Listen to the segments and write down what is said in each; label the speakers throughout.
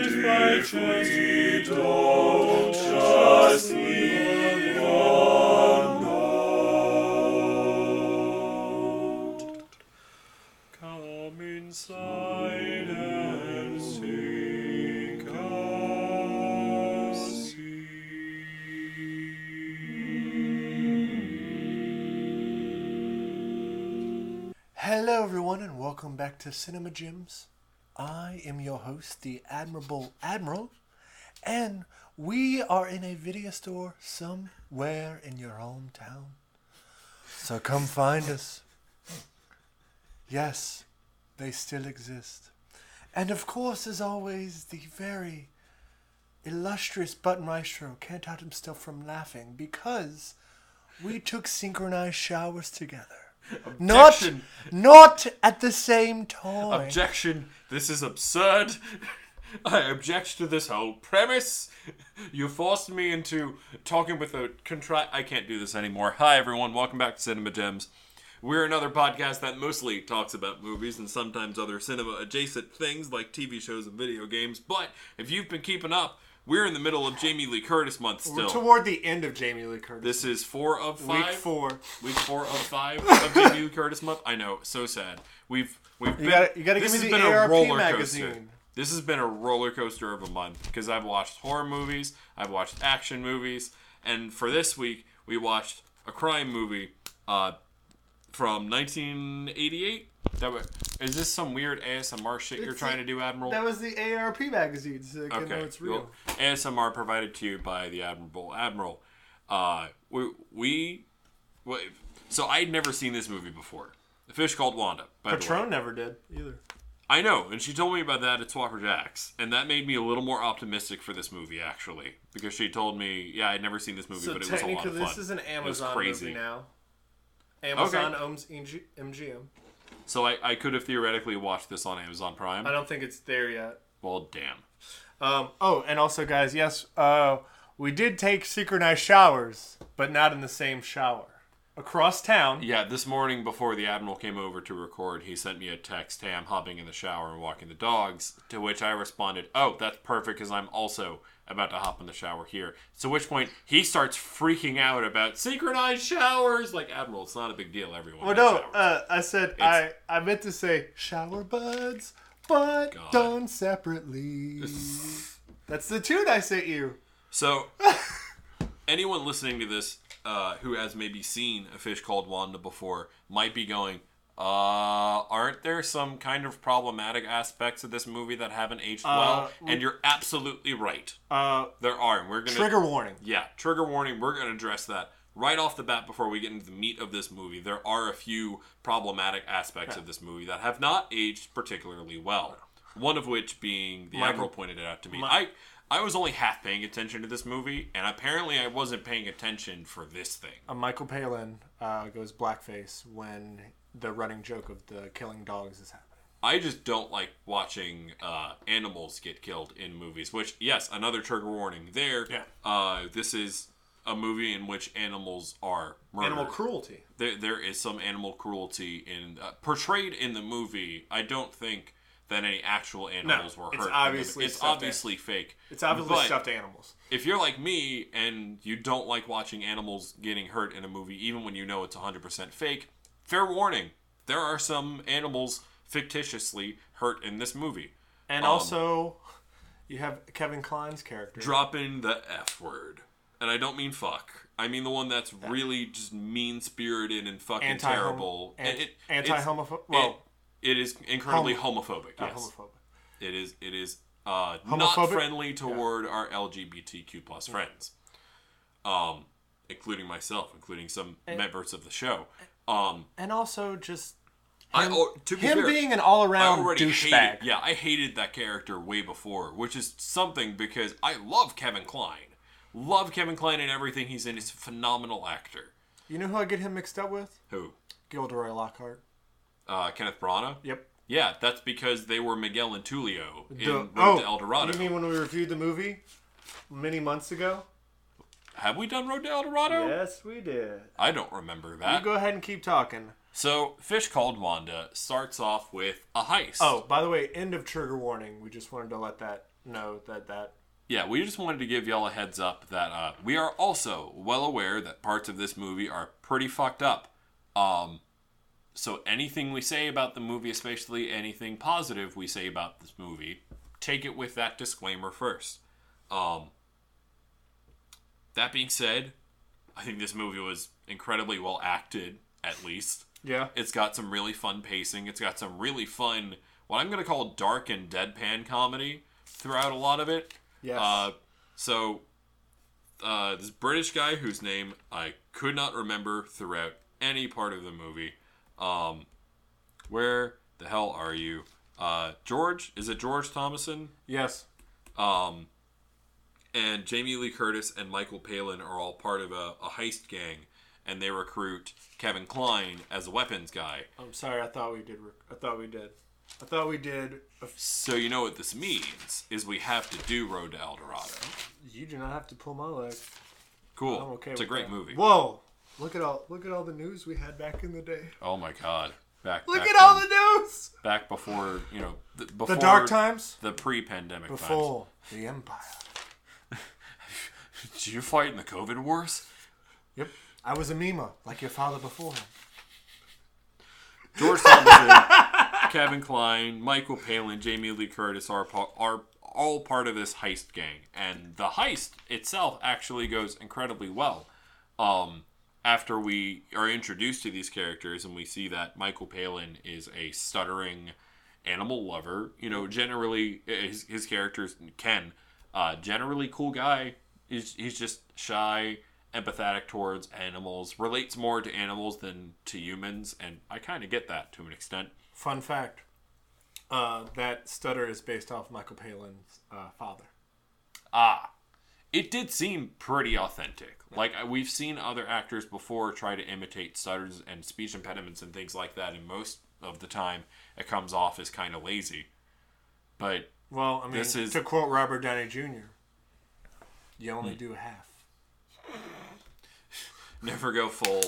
Speaker 1: if we don't just leave a note. Come inside and sing a
Speaker 2: Hello, everyone, and welcome back to Cinema Gyms. I am your host, the Admirable Admiral, and we are in a video store somewhere in your hometown. So come find us. Yes, they still exist. And of course, as always, the very illustrious Button Maestro can't hide himself from laughing because we took synchronized showers together. Not,
Speaker 3: Objection.
Speaker 2: not at the same time.
Speaker 3: Objection. This is absurd. I object to this whole premise. You forced me into talking with a contrite. I can't do this anymore. Hi, everyone. Welcome back to Cinema Gems. We're another podcast that mostly talks about movies and sometimes other cinema adjacent things like TV shows and video games. But if you've been keeping up, we're in the middle of Jamie Lee Curtis month
Speaker 4: We're
Speaker 3: still.
Speaker 4: toward the end of Jamie Lee Curtis.
Speaker 3: this is four of five.
Speaker 4: Week four.
Speaker 3: Week four of five of Jamie Lee Curtis month. I know, so sad. We've we've been,
Speaker 4: gotta- you gotta
Speaker 3: this
Speaker 4: give me
Speaker 3: has
Speaker 4: the
Speaker 3: been
Speaker 4: ARP
Speaker 3: a roller coaster.
Speaker 4: magazine.
Speaker 3: This has been a roller coaster of a month because I've watched horror movies, I've watched action movies, and for this week we watched a crime movie uh, from 1988. That wa- is this some weird ASMR shit you're
Speaker 4: It's
Speaker 3: trying
Speaker 4: a-
Speaker 3: to do, Admiral?
Speaker 4: That was the ARP magazine, so okay. know it's real.
Speaker 3: well, ASMR provided to you by the Admirable Admiral. Uh, we we, wa- so I'd never seen this movie before. The Fish Called Wanda. By The way.
Speaker 4: Patron never did either.
Speaker 3: I know, and she told me about that at Swapper Jacks, and that made me a little more optimistic for this movie actually, because she told me, yeah, I'd never seen this movie,
Speaker 4: So
Speaker 3: but it was a lot
Speaker 4: technically,
Speaker 3: of fun.
Speaker 4: this is an
Speaker 3: It was
Speaker 4: Amazon
Speaker 3: crazy.
Speaker 4: movie now. Amazon owns MG- MGM.
Speaker 3: So I, I could have theoretically watched this on Amazon Prime.
Speaker 4: I don't think it's there yet.
Speaker 3: Well, damn.
Speaker 4: Um, oh, and also, guys, yes, uh, we did take synchronized showers, but not in the same shower. Across town.
Speaker 3: Yeah, this morning before the admiral came over to record, he sent me a text, "Hey, I'm hopping in the shower and walking the dogs." To which I responded, "Oh, that's perfect, because I'm also about to hop in the shower here." To which point he starts freaking out about synchronized showers. Like admiral, it's not a big deal. Everyone.
Speaker 4: Well,
Speaker 3: has
Speaker 4: no,
Speaker 3: showers."
Speaker 4: uh, I said I, I meant to say shower buds, but
Speaker 3: God.
Speaker 4: done separately. That's the tune I sent you.
Speaker 3: So, anyone listening to this uh, who has maybe seen a fish called Wanda before might be going, uh, aren't there some kind of problematic aspects of this movie that haven't aged well? And you're absolutely right.
Speaker 4: Uh,
Speaker 3: There are. And we're going to.
Speaker 4: trigger warning.
Speaker 3: Yeah, trigger warning. We're going to address that right off the bat before we get into the meat of this movie. There are a few problematic aspects of this movie that have not aged particularly well. One of which being the admiral pointed it out to me. I I was only half paying attention to this movie, and apparently I wasn't paying attention for this thing.
Speaker 4: Uh, Michael Palin uh, goes blackface when the running joke of the killing dogs is happening.
Speaker 3: I just don't like watching uh, animals get killed in movies. Which, yes, another trigger warning there.
Speaker 4: Yeah.
Speaker 3: Uh, this is a movie in which animals are murdered.
Speaker 4: Animal cruelty.
Speaker 3: there, there is some animal cruelty in uh, portrayed in the movie. I don't think that any actual animals were hurt.
Speaker 4: it's
Speaker 3: in the movie.
Speaker 4: obviously
Speaker 3: it's
Speaker 4: stuffed an-
Speaker 3: obviously fake.
Speaker 4: It's obviously
Speaker 3: But
Speaker 4: stuffed animals.
Speaker 3: If you're like me and you don't like watching animals getting hurt in a movie, even when you know it's 100% fake, fair warning: there are some animals fictitiously hurt in this movie.
Speaker 4: And
Speaker 3: um,
Speaker 4: also, you have Kevin Kline's character.
Speaker 3: Dropping the F word, and I don't mean fuck. I mean the one that's really just mean spirited and fucking
Speaker 4: Anti-homo-
Speaker 3: terrible.
Speaker 4: ant-
Speaker 3: It- it- it's-
Speaker 4: anti-homophobic. Well,
Speaker 3: it is incredibly homophobic.
Speaker 4: not
Speaker 3: Yes,
Speaker 4: homophobic.
Speaker 3: it is. It is uh, not
Speaker 4: Homophobic?
Speaker 3: friendly toward our LGBTQ plus friends, um, including myself, including some members of the show. Um,
Speaker 4: And also, just
Speaker 3: I or, to be
Speaker 4: him
Speaker 3: fair,
Speaker 4: being an
Speaker 3: I
Speaker 4: all-around
Speaker 3: already
Speaker 4: douchebag.
Speaker 3: hated. Yeah, I hated that character way before, which is something because I love Kevin Klein, love Kevin Klein and everything he's in. He's a phenomenal actor.
Speaker 4: You know who I get him mixed up with?
Speaker 3: Who?
Speaker 4: Gilderoy Lockhart.
Speaker 3: Uh, Kenneth Branagh.
Speaker 4: Yep.
Speaker 3: Yeah, that's because they were Miguel and Tulio in
Speaker 4: The- oh,
Speaker 3: Road to El Dorado.
Speaker 4: You mean when we reviewed the movie many months ago?
Speaker 3: Have we done Road to El Dorado?
Speaker 4: Yes, we did.
Speaker 3: I don't remember
Speaker 4: You
Speaker 3: that.
Speaker 4: go ahead and keep talking.
Speaker 3: so, Fish Called Wanda starts off with a heist.
Speaker 4: Oh, by the way, end of trigger warning. We just wanted to let that know that that
Speaker 3: Yeah, we just wanted to give y'all a heads up that uh, we are also well aware that parts of this movie are pretty fucked up. Um, so anything we say about the movie, especially anything positive we say about this movie, take it with that disclaimer first. Um, that being said, I think this movie was incredibly well acted, at least.
Speaker 4: yeah
Speaker 3: It's got some really fun pacing. It's got some really fun, what I'm going to call dark and deadpan comedy throughout a lot of it.
Speaker 4: yes
Speaker 3: Uh, so, uh, this British guy whose name I could not remember throughout any part of the movie. Um, where the hell are you? Uh, George? Is it George Thomason?
Speaker 4: yes
Speaker 3: Um, and Jamie Lee Curtis and Michael Palin are all part of a, a heist gang, and they recruit Kevin Klein as a weapons guy.
Speaker 4: I'm sorry I thought we did re- I thought we did I thought we did a f-
Speaker 3: So, you know what this means is we have to do Road to El Dorado.
Speaker 4: you do not have to pull my leg
Speaker 3: Cool.
Speaker 4: I'm okay
Speaker 3: it's a
Speaker 4: with
Speaker 3: great
Speaker 4: that.
Speaker 3: movie.
Speaker 4: whoa look at all look at all the news we had back in the day
Speaker 3: Oh my god. Back,
Speaker 4: look
Speaker 3: back
Speaker 4: at all
Speaker 3: when-
Speaker 4: the news
Speaker 3: back before you know th- before
Speaker 4: the dark times
Speaker 3: the pre-pandemic times.
Speaker 4: before the empire
Speaker 3: Did you fight in the COVID wars?
Speaker 4: yep I was a Mima like your father before him
Speaker 3: George Thomason, Kevin Klein, Michael Palin, Jamie Lee Curtis are pa- are all part of this heist gang, and the heist itself actually goes incredibly well. Um, after we are introduced to these characters, and we see that Michael Palin is a stuttering animal lover. You know, generally eh, his his characters Ken, uh, generally cool guy. He's he's just shy, empathetic towards animals, relates more to animals than to humans, and I kind of get that to an extent.
Speaker 4: fun fact uh, that stutter is based off Michael Palin's uh, father
Speaker 3: Ah, it did seem pretty authentic. Like I- we've seen other actors before try to imitate stutters and speech impediments and things like that, and most of the time it comes off as kind of lazy. But
Speaker 4: well I mean
Speaker 3: This is-
Speaker 4: to quote Robert Downey Jr. you
Speaker 3: Hmm.
Speaker 4: only do half
Speaker 3: never go full.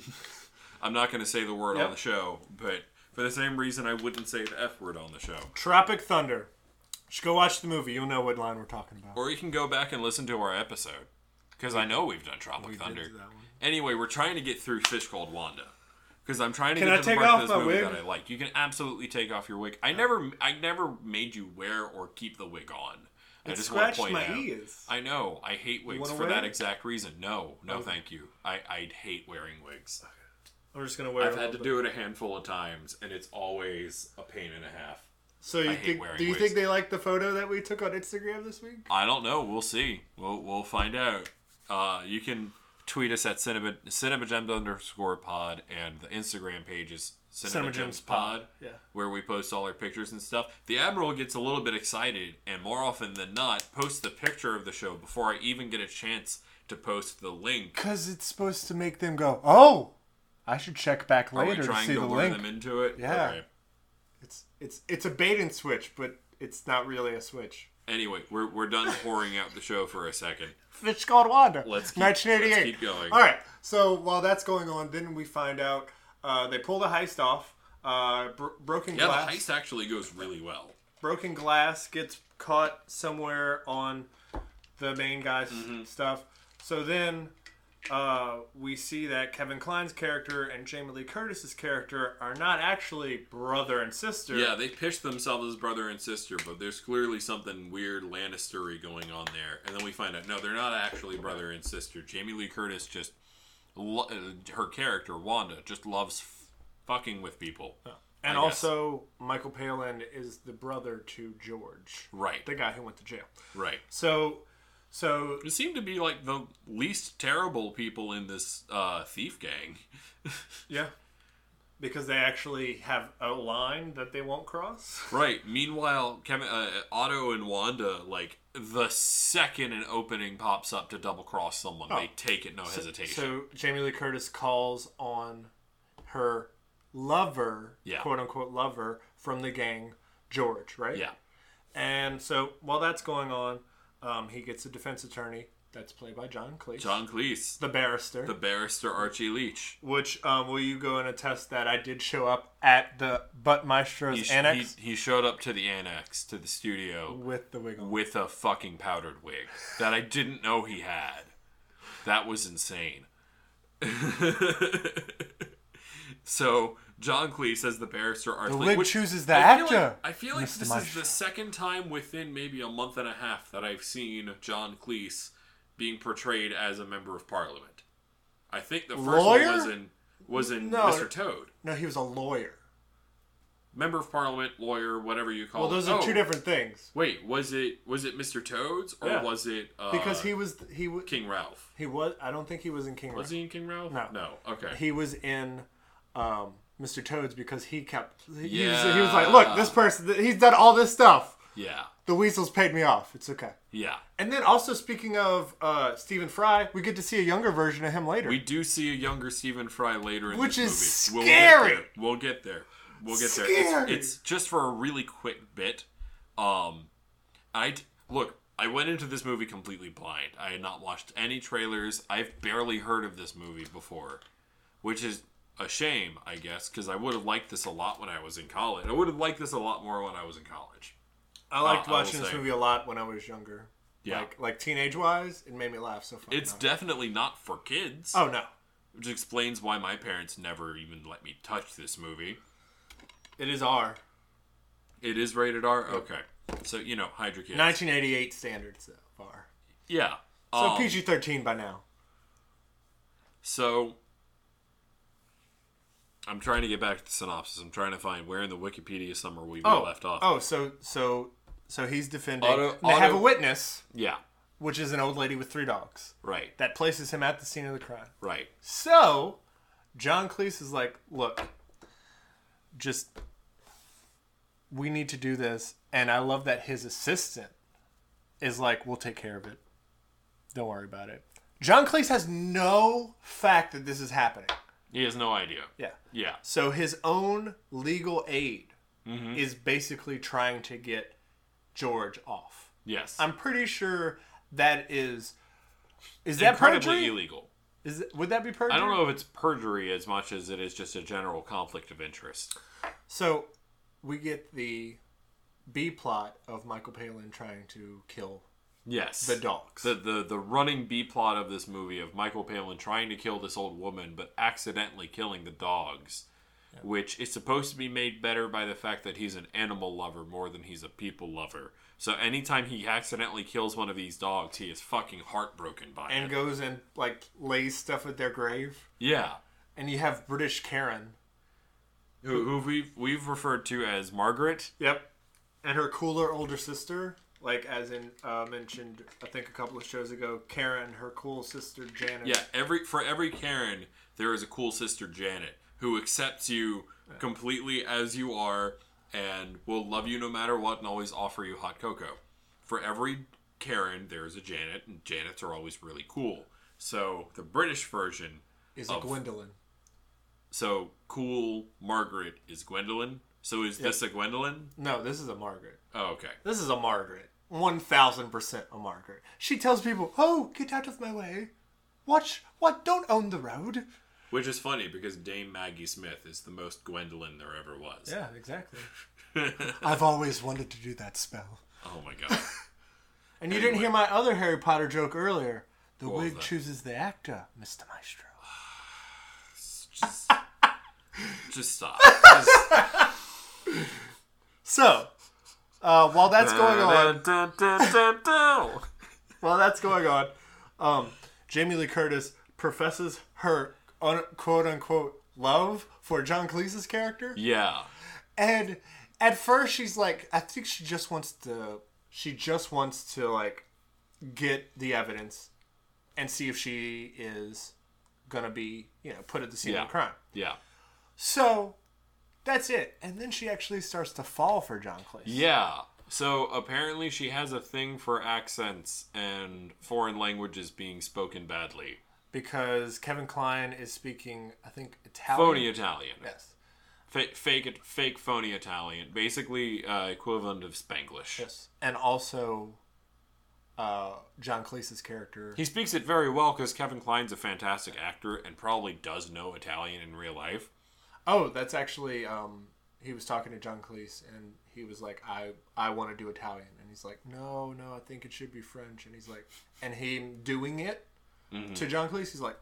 Speaker 3: I'm not going to say the word
Speaker 4: Yep.
Speaker 3: on the show, but for the same reason I wouldn't say the F word on the show.
Speaker 4: Tropic Thunder. Just go watch the movie. You'll know what line we're talking about.
Speaker 3: Or you can go back and listen to our episode because I know we've done Tropic
Speaker 4: We did
Speaker 3: Thunder.
Speaker 4: do that one.
Speaker 3: Anyway, we're trying to get through Fish Called Wanda because I'm trying to
Speaker 4: Can
Speaker 3: get
Speaker 4: I
Speaker 3: to the
Speaker 4: take
Speaker 3: part
Speaker 4: off
Speaker 3: of this
Speaker 4: my
Speaker 3: movie
Speaker 4: wig?
Speaker 3: that I like. You can absolutely take off your wig. I never, I never made you wear or keep the wig on. I
Speaker 4: It
Speaker 3: just want to point
Speaker 4: scratched my
Speaker 3: out.
Speaker 4: ears.
Speaker 3: I know. I hate wigs
Speaker 4: wanna
Speaker 3: for
Speaker 4: wear
Speaker 3: that
Speaker 4: it?
Speaker 3: exact reason. No, no, thank you. I, I hate wearing wigs.
Speaker 4: I'm just gonna wear.
Speaker 3: I've
Speaker 4: a
Speaker 3: had to
Speaker 4: little bit.
Speaker 3: do it a handful of times, and it's always a pain and a half.
Speaker 4: So you
Speaker 3: I hate
Speaker 4: think?
Speaker 3: wearing
Speaker 4: Do you
Speaker 3: wigs.
Speaker 4: think they like the photo that we took on Instagram this week?
Speaker 3: I don't know. We'll see. We'll we'll find out. Uh, you can tweet us at cinema cinemagems underscore pod, and the Instagram page is cinemagems pod,
Speaker 4: Yeah.
Speaker 3: where we post all our pictures and stuff. The admiral gets a little bit excited, and more often than not, posts the picture of the show before I even get a chance to post the link.
Speaker 2: Because it's supposed to make them go, oh, I should check back
Speaker 3: Are we
Speaker 2: later to
Speaker 3: trying
Speaker 2: see
Speaker 3: to
Speaker 2: the
Speaker 3: lure
Speaker 2: link.
Speaker 3: them into it?
Speaker 2: Yeah.
Speaker 3: Okay.
Speaker 4: It's it's it's a bait and switch, but it's not really a switch.
Speaker 3: Anyway, we're, we're done pouring out the show for a second.
Speaker 4: It's called Wanda.
Speaker 3: Let's keep-
Speaker 4: 1988.
Speaker 3: let's keep going.
Speaker 4: All right. So while that's going on, then we find out uh, they pull the heist off. Uh, bro- broken
Speaker 3: Yeah,
Speaker 4: glass.
Speaker 3: the heist actually goes really well.
Speaker 4: broken glass gets caught somewhere on the main guy's
Speaker 3: Mm-hmm.
Speaker 4: stuff. So then uh, we see that Kevin Klein's character and Jamie Lee Curtis's character are not actually brother and sister.
Speaker 3: Yeah, they pitched themselves as brother and sister, but there's clearly something weird Lannistery going on there. And then we find out no, they're not actually brother and sister. Jamie Lee Curtis just lo- uh, her character Wanda just loves f- fucking with people.
Speaker 4: and
Speaker 3: I guess.
Speaker 4: also Michael Palin is the brother to George,
Speaker 3: Right.
Speaker 4: the guy who went to jail.
Speaker 3: Right.
Speaker 4: So, so
Speaker 3: They seem to be like the least terrible people in this uh, thief gang.
Speaker 4: yeah, because they actually have a line that they won't cross.
Speaker 3: Right. Meanwhile, Kevin, uh, Otto and Wanda, like the second an opening pops up to double cross someone, they take it no hesitation.
Speaker 4: So Jamie Lee Curtis calls on her lover,
Speaker 3: Yeah.
Speaker 4: quote unquote lover from the gang, George, right?
Speaker 3: yeah.
Speaker 4: And so while that's going on, um, he gets a defense attorney. That's played by John Cleese.
Speaker 3: John Cleese,
Speaker 4: the barrister.
Speaker 3: the barrister Archie Leach.
Speaker 4: which um, will you go and attest that I did show up at the Butt Maestro's
Speaker 3: He, sh-
Speaker 4: annex
Speaker 3: he, he showed up to the annex, to the studio,
Speaker 4: with the wig on.
Speaker 3: with a fucking powdered wig that I didn't know he had. That was insane. so John Cleese as the barrister Archie.
Speaker 2: The
Speaker 3: Leach,
Speaker 2: wig
Speaker 3: which-
Speaker 2: chooses the
Speaker 3: I feel
Speaker 2: actor.
Speaker 3: like- I feel like
Speaker 2: Mr.
Speaker 3: this is
Speaker 2: Maestro.
Speaker 3: the second time within maybe a month and a half that I've seen John Cleese being portrayed as a member of Parliament. I think the first
Speaker 4: Lawyer?
Speaker 3: one was in was in
Speaker 4: No.
Speaker 3: Mr. Toad.
Speaker 4: No, he was a lawyer.
Speaker 3: Member of Parliament, lawyer, whatever you call
Speaker 4: Well,
Speaker 3: it.
Speaker 4: those are
Speaker 3: Oh,
Speaker 4: two different things
Speaker 3: Wait, was it was it Mr. Toad's or
Speaker 4: Yeah.
Speaker 3: was it uh,
Speaker 4: because he was he was
Speaker 3: King Ralph?
Speaker 4: he was. I don't think he was in King.
Speaker 3: Was
Speaker 4: Ralph.
Speaker 3: he in King Ralph?
Speaker 4: No.
Speaker 3: No. Okay.
Speaker 4: He was in um, Mr. Toad's because he kept. He,
Speaker 3: Yeah.
Speaker 4: was, he was like, look, this person, th- he's done all this stuff.
Speaker 3: yeah.
Speaker 4: The weasels paid me off. It's okay.
Speaker 3: Yeah.
Speaker 4: And then also speaking of uh, Stephen Fry, we get to see a younger version of him later.
Speaker 3: We do see a younger Stephen Fry later in
Speaker 4: Which
Speaker 3: this
Speaker 4: is
Speaker 3: movie.
Speaker 4: scary.
Speaker 3: We'll get there. We'll get there. We'll get there. It's,
Speaker 4: Scary.
Speaker 3: it's just for a really quick bit. Um, I d- look. I went into this movie completely blind. I had not watched any trailers. I've barely heard of this movie before, which is a shame, I guess, because I would have liked this a lot when I was in college. I would have liked this a lot more when I was in college.
Speaker 4: I liked
Speaker 3: I- I will
Speaker 4: watching this
Speaker 3: say-
Speaker 4: movie a lot when I was younger.
Speaker 3: Yeah.
Speaker 4: Like, like teenage wise, it made me laugh so far.
Speaker 3: It's definitely not for kids.
Speaker 4: oh no,
Speaker 3: Which explains why my parents never even let me touch this movie.
Speaker 4: it is R.
Speaker 3: It is rated R. Okay, so you know, Hydra Kids.
Speaker 4: 1988 standards though, R.
Speaker 3: Yeah.
Speaker 4: So
Speaker 3: Um,
Speaker 4: PG 13 by now.
Speaker 3: So I'm trying to get back to the synopsis. I'm trying to find where in the Wikipedia summary we left off.
Speaker 4: Oh, so so so he's defending.
Speaker 3: Auto-
Speaker 4: they have a
Speaker 3: auto-
Speaker 4: witness,
Speaker 3: Yeah.
Speaker 4: which is an old lady with three dogs,
Speaker 3: Right.
Speaker 4: that places him at the scene of the crime.
Speaker 3: Right.
Speaker 4: So John Cleese is like, look, just we need to do this, and I love that his assistant is like, we'll take care of it. Don't worry about it. John Cleese has no fact that this is happening.
Speaker 3: He has no idea.
Speaker 4: Yeah.
Speaker 3: Yeah.
Speaker 4: So his own legal aid
Speaker 3: Mm-hmm.
Speaker 4: is basically trying to get George off.
Speaker 3: Yes.
Speaker 4: I'm pretty sure that is. Is that
Speaker 3: Incredibly
Speaker 4: perjury?
Speaker 3: illegal.
Speaker 4: Is it, would that be perjury?
Speaker 3: I don't know if it's perjury as much as it is just a general conflict of interest.
Speaker 4: So we get the B plot of Michael Palin trying to kill
Speaker 3: Yes.
Speaker 4: the dogs.
Speaker 3: The, the the running B plot of this movie of Michael Palin trying to kill this old woman but accidentally killing the dogs, which is supposed to be made better by the fact that he's an animal lover more than he's a people lover. So anytime he accidentally kills one of these dogs, he is fucking heartbroken by
Speaker 4: and
Speaker 3: it.
Speaker 4: goes and like lays stuff at their grave.
Speaker 3: yeah,
Speaker 4: And you have British Karen.
Speaker 3: who, who we've we've referred to as Margaret.
Speaker 4: Yep. And her cooler older sister, like as in uh, mentioned, I think a couple of shows ago, Karen, her cool sister Janet.
Speaker 3: Yeah, every for every Karen, there is a cool sister Janet who accepts you completely as you are and will love you no matter what and always offer you hot cocoa. For every Karen, there is a Janet, and Janets are always really cool. So the British version,
Speaker 4: is
Speaker 3: Oh.
Speaker 4: a Gwendolyn.
Speaker 3: so cool Margaret is Gwendolyn. So is this a Gwendolyn?
Speaker 4: No, this is a Margaret.
Speaker 3: Oh, okay.
Speaker 4: This is a Margaret. One thousand percent a Margaret.
Speaker 2: She tells people, "Oh, get out of my way! Watch, what? Don't own the road."
Speaker 3: Which is funny because Dame Maggie Smith is the most Gwendolyn there ever was.
Speaker 4: Yeah, exactly.
Speaker 2: I've always wanted to do that spell.
Speaker 3: Oh my god.
Speaker 4: And you didn't hear my other Harry Potter joke earlier.
Speaker 2: The
Speaker 3: was
Speaker 2: wig
Speaker 3: that?
Speaker 2: chooses the actor, Mr. Maestro.
Speaker 3: just, just stop. Just-
Speaker 4: So, uh, while that's going on,
Speaker 3: on.
Speaker 4: while that's going on, um, Jamie Lee Curtis professes her un- quote unquote love for John Cleese's character,
Speaker 3: yeah.
Speaker 4: and at first she's like, I think she just wants to, she just wants to like get the evidence and see if she is gonna be, you know, put at the scene
Speaker 3: Yeah.
Speaker 4: of the crime.
Speaker 3: Yeah.
Speaker 4: So. That's it. And then she actually starts to fall for John Cleese.
Speaker 3: Yeah. So apparently she has a thing for accents and foreign languages being spoken badly.
Speaker 4: because Kevin Klein is speaking, I think, Italian.
Speaker 3: Phony Italian.
Speaker 4: Yes.
Speaker 3: Fa- fake fake phony Italian. Basically uh, equivalent of Spanglish.
Speaker 4: Yes. And also uh, John Cleese's character.
Speaker 3: He speaks it very well because Kevin Kline's a fantastic actor and probably does know Italian in real life.
Speaker 4: Oh, that's actually um, he was talking to John Cleese and he was like, I I want to do Italian, and he's like, No, no, I think it should be French, and he's like, and him doing it to John Cleese, he's like,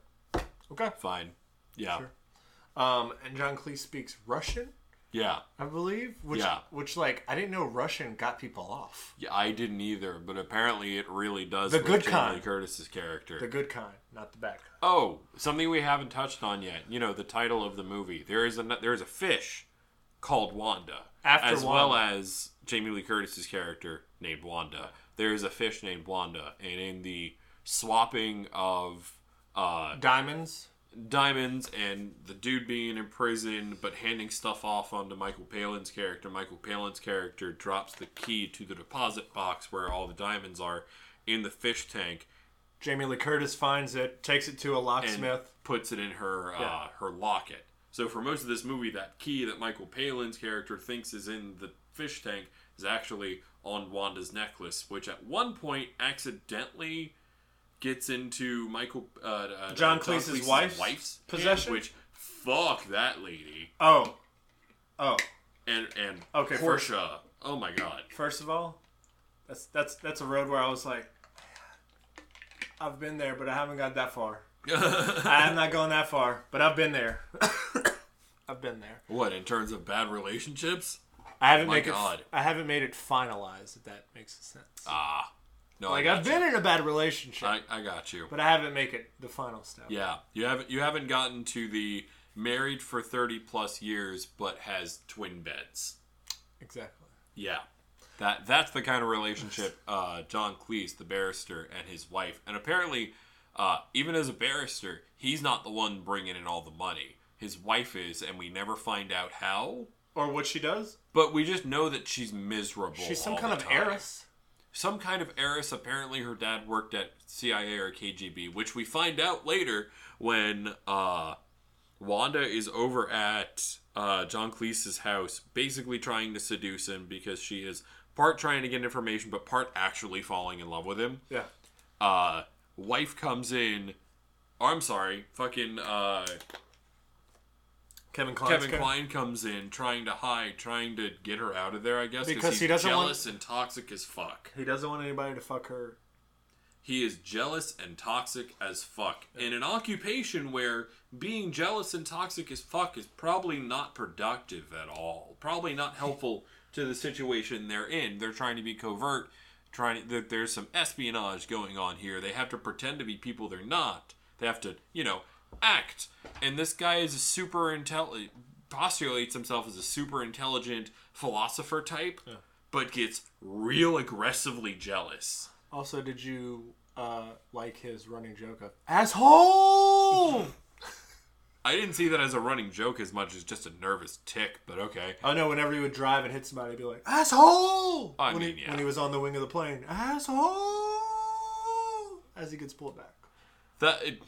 Speaker 4: Okay,
Speaker 3: Fine. Yeah.
Speaker 4: Sure. um, and John Cleese speaks Russian,
Speaker 3: Yeah.
Speaker 4: I believe, which
Speaker 3: Yeah.
Speaker 4: which like I didn't know Russian got people off.
Speaker 3: Yeah, I didn't either, but apparently it really does.
Speaker 4: The
Speaker 3: with
Speaker 4: good
Speaker 3: Jamie Lee
Speaker 4: kind.
Speaker 3: Curtis's character.
Speaker 4: The good kind, not the bad kind.
Speaker 3: oh, something we haven't touched on yet. You know, the title of the movie. There is a there is a fish called Wanda,
Speaker 4: After
Speaker 3: as well
Speaker 4: Wanda.
Speaker 3: as Jamie Lee Curtis's character named Wanda. There is a fish named Wanda, and in the swapping of uh,
Speaker 4: Diamonds.
Speaker 3: diamonds and the dude being in prison but handing stuff off onto Michael Palin's character. Michael Palin's character drops the key to the deposit box where all the diamonds are in the fish tank
Speaker 4: Jamie Lee Curtis finds it, takes it to a
Speaker 3: and
Speaker 4: locksmith.
Speaker 3: puts it in her uh,
Speaker 4: Yeah.
Speaker 3: her locket. So for most of this movie, that key that Michael Palin's character thinks is in the fish tank is actually on Wanda's necklace, which at one point accidentally gets into Michael uh, uh,
Speaker 4: John Cleese's wife's possession?
Speaker 3: which fuck that lady.
Speaker 4: Oh, oh.
Speaker 3: and and
Speaker 4: Okay, first-
Speaker 3: Portia. Oh my god.
Speaker 4: First of all, that's that's that's a road where I was like, I've been there, but I haven't got that far. I'm not going that far, but I've been there. I've been there.
Speaker 3: what in terms of bad relationships?
Speaker 4: I haven't
Speaker 3: Oh My
Speaker 4: made
Speaker 3: God.
Speaker 4: it. I haven't made it finalized. If that makes sense.
Speaker 3: Ah, no.
Speaker 4: like
Speaker 3: I got
Speaker 4: I've
Speaker 3: you.
Speaker 4: been in a bad relationship,
Speaker 3: I, I got you.
Speaker 4: but I haven't make it the final step.
Speaker 3: Yeah, you haven't you haven't gotten to the married for thirty plus years, but has twin beds.
Speaker 4: Exactly.
Speaker 3: Yeah, that that's the kind of relationship uh, John Cleese, the barrister, and his wife, and apparently, uh, even as a barrister, he's not the one bringing in all the money. His wife is, and we never find out how.
Speaker 4: Or what she does?
Speaker 3: But we just know that she's miserable.
Speaker 4: She's some
Speaker 3: all
Speaker 4: kind
Speaker 3: the
Speaker 4: of
Speaker 3: time.
Speaker 4: heiress.
Speaker 3: Some kind of heiress. Apparently, her dad worked at CIA or KGB, which we find out later when uh, Wanda is over at uh, John Cleese's house, basically trying to seduce him because she is part trying to get information, but part actually falling in love with him.
Speaker 4: Yeah.
Speaker 3: Uh, wife comes in. Oh, I'm sorry, fucking uh,
Speaker 4: Kevin Klein's
Speaker 3: Kevin
Speaker 4: character.
Speaker 3: Klein comes in trying to hide, trying to get her out of there. I guess
Speaker 4: Because
Speaker 3: he's
Speaker 4: he doesn't want-
Speaker 3: jealous and toxic as fuck.
Speaker 4: He doesn't want anybody to fuck her.
Speaker 3: He is jealous and toxic as fuck in an occupation where being jealous and toxic as fuck is probably not productive at all. Probably not helpful to the situation they're in. They're trying to be covert. Trying there, there's some espionage going on here. They have to pretend to be people they're not. They have to, you know, act. And this guy is a super intelligent postulates himself as a super intelligent philosopher type, but gets real aggressively jealous.
Speaker 4: Also, did you uh, like his running joke of asshole?
Speaker 3: I didn't see that as a running joke as much as just a nervous tick, but okay.
Speaker 4: oh no! Whenever he would drive and hit somebody, he'd be like asshole.
Speaker 3: I
Speaker 4: when
Speaker 3: mean,
Speaker 4: he,
Speaker 3: yeah.
Speaker 4: when he was on the wing of the plane, asshole. As he gets pulled back.
Speaker 3: That it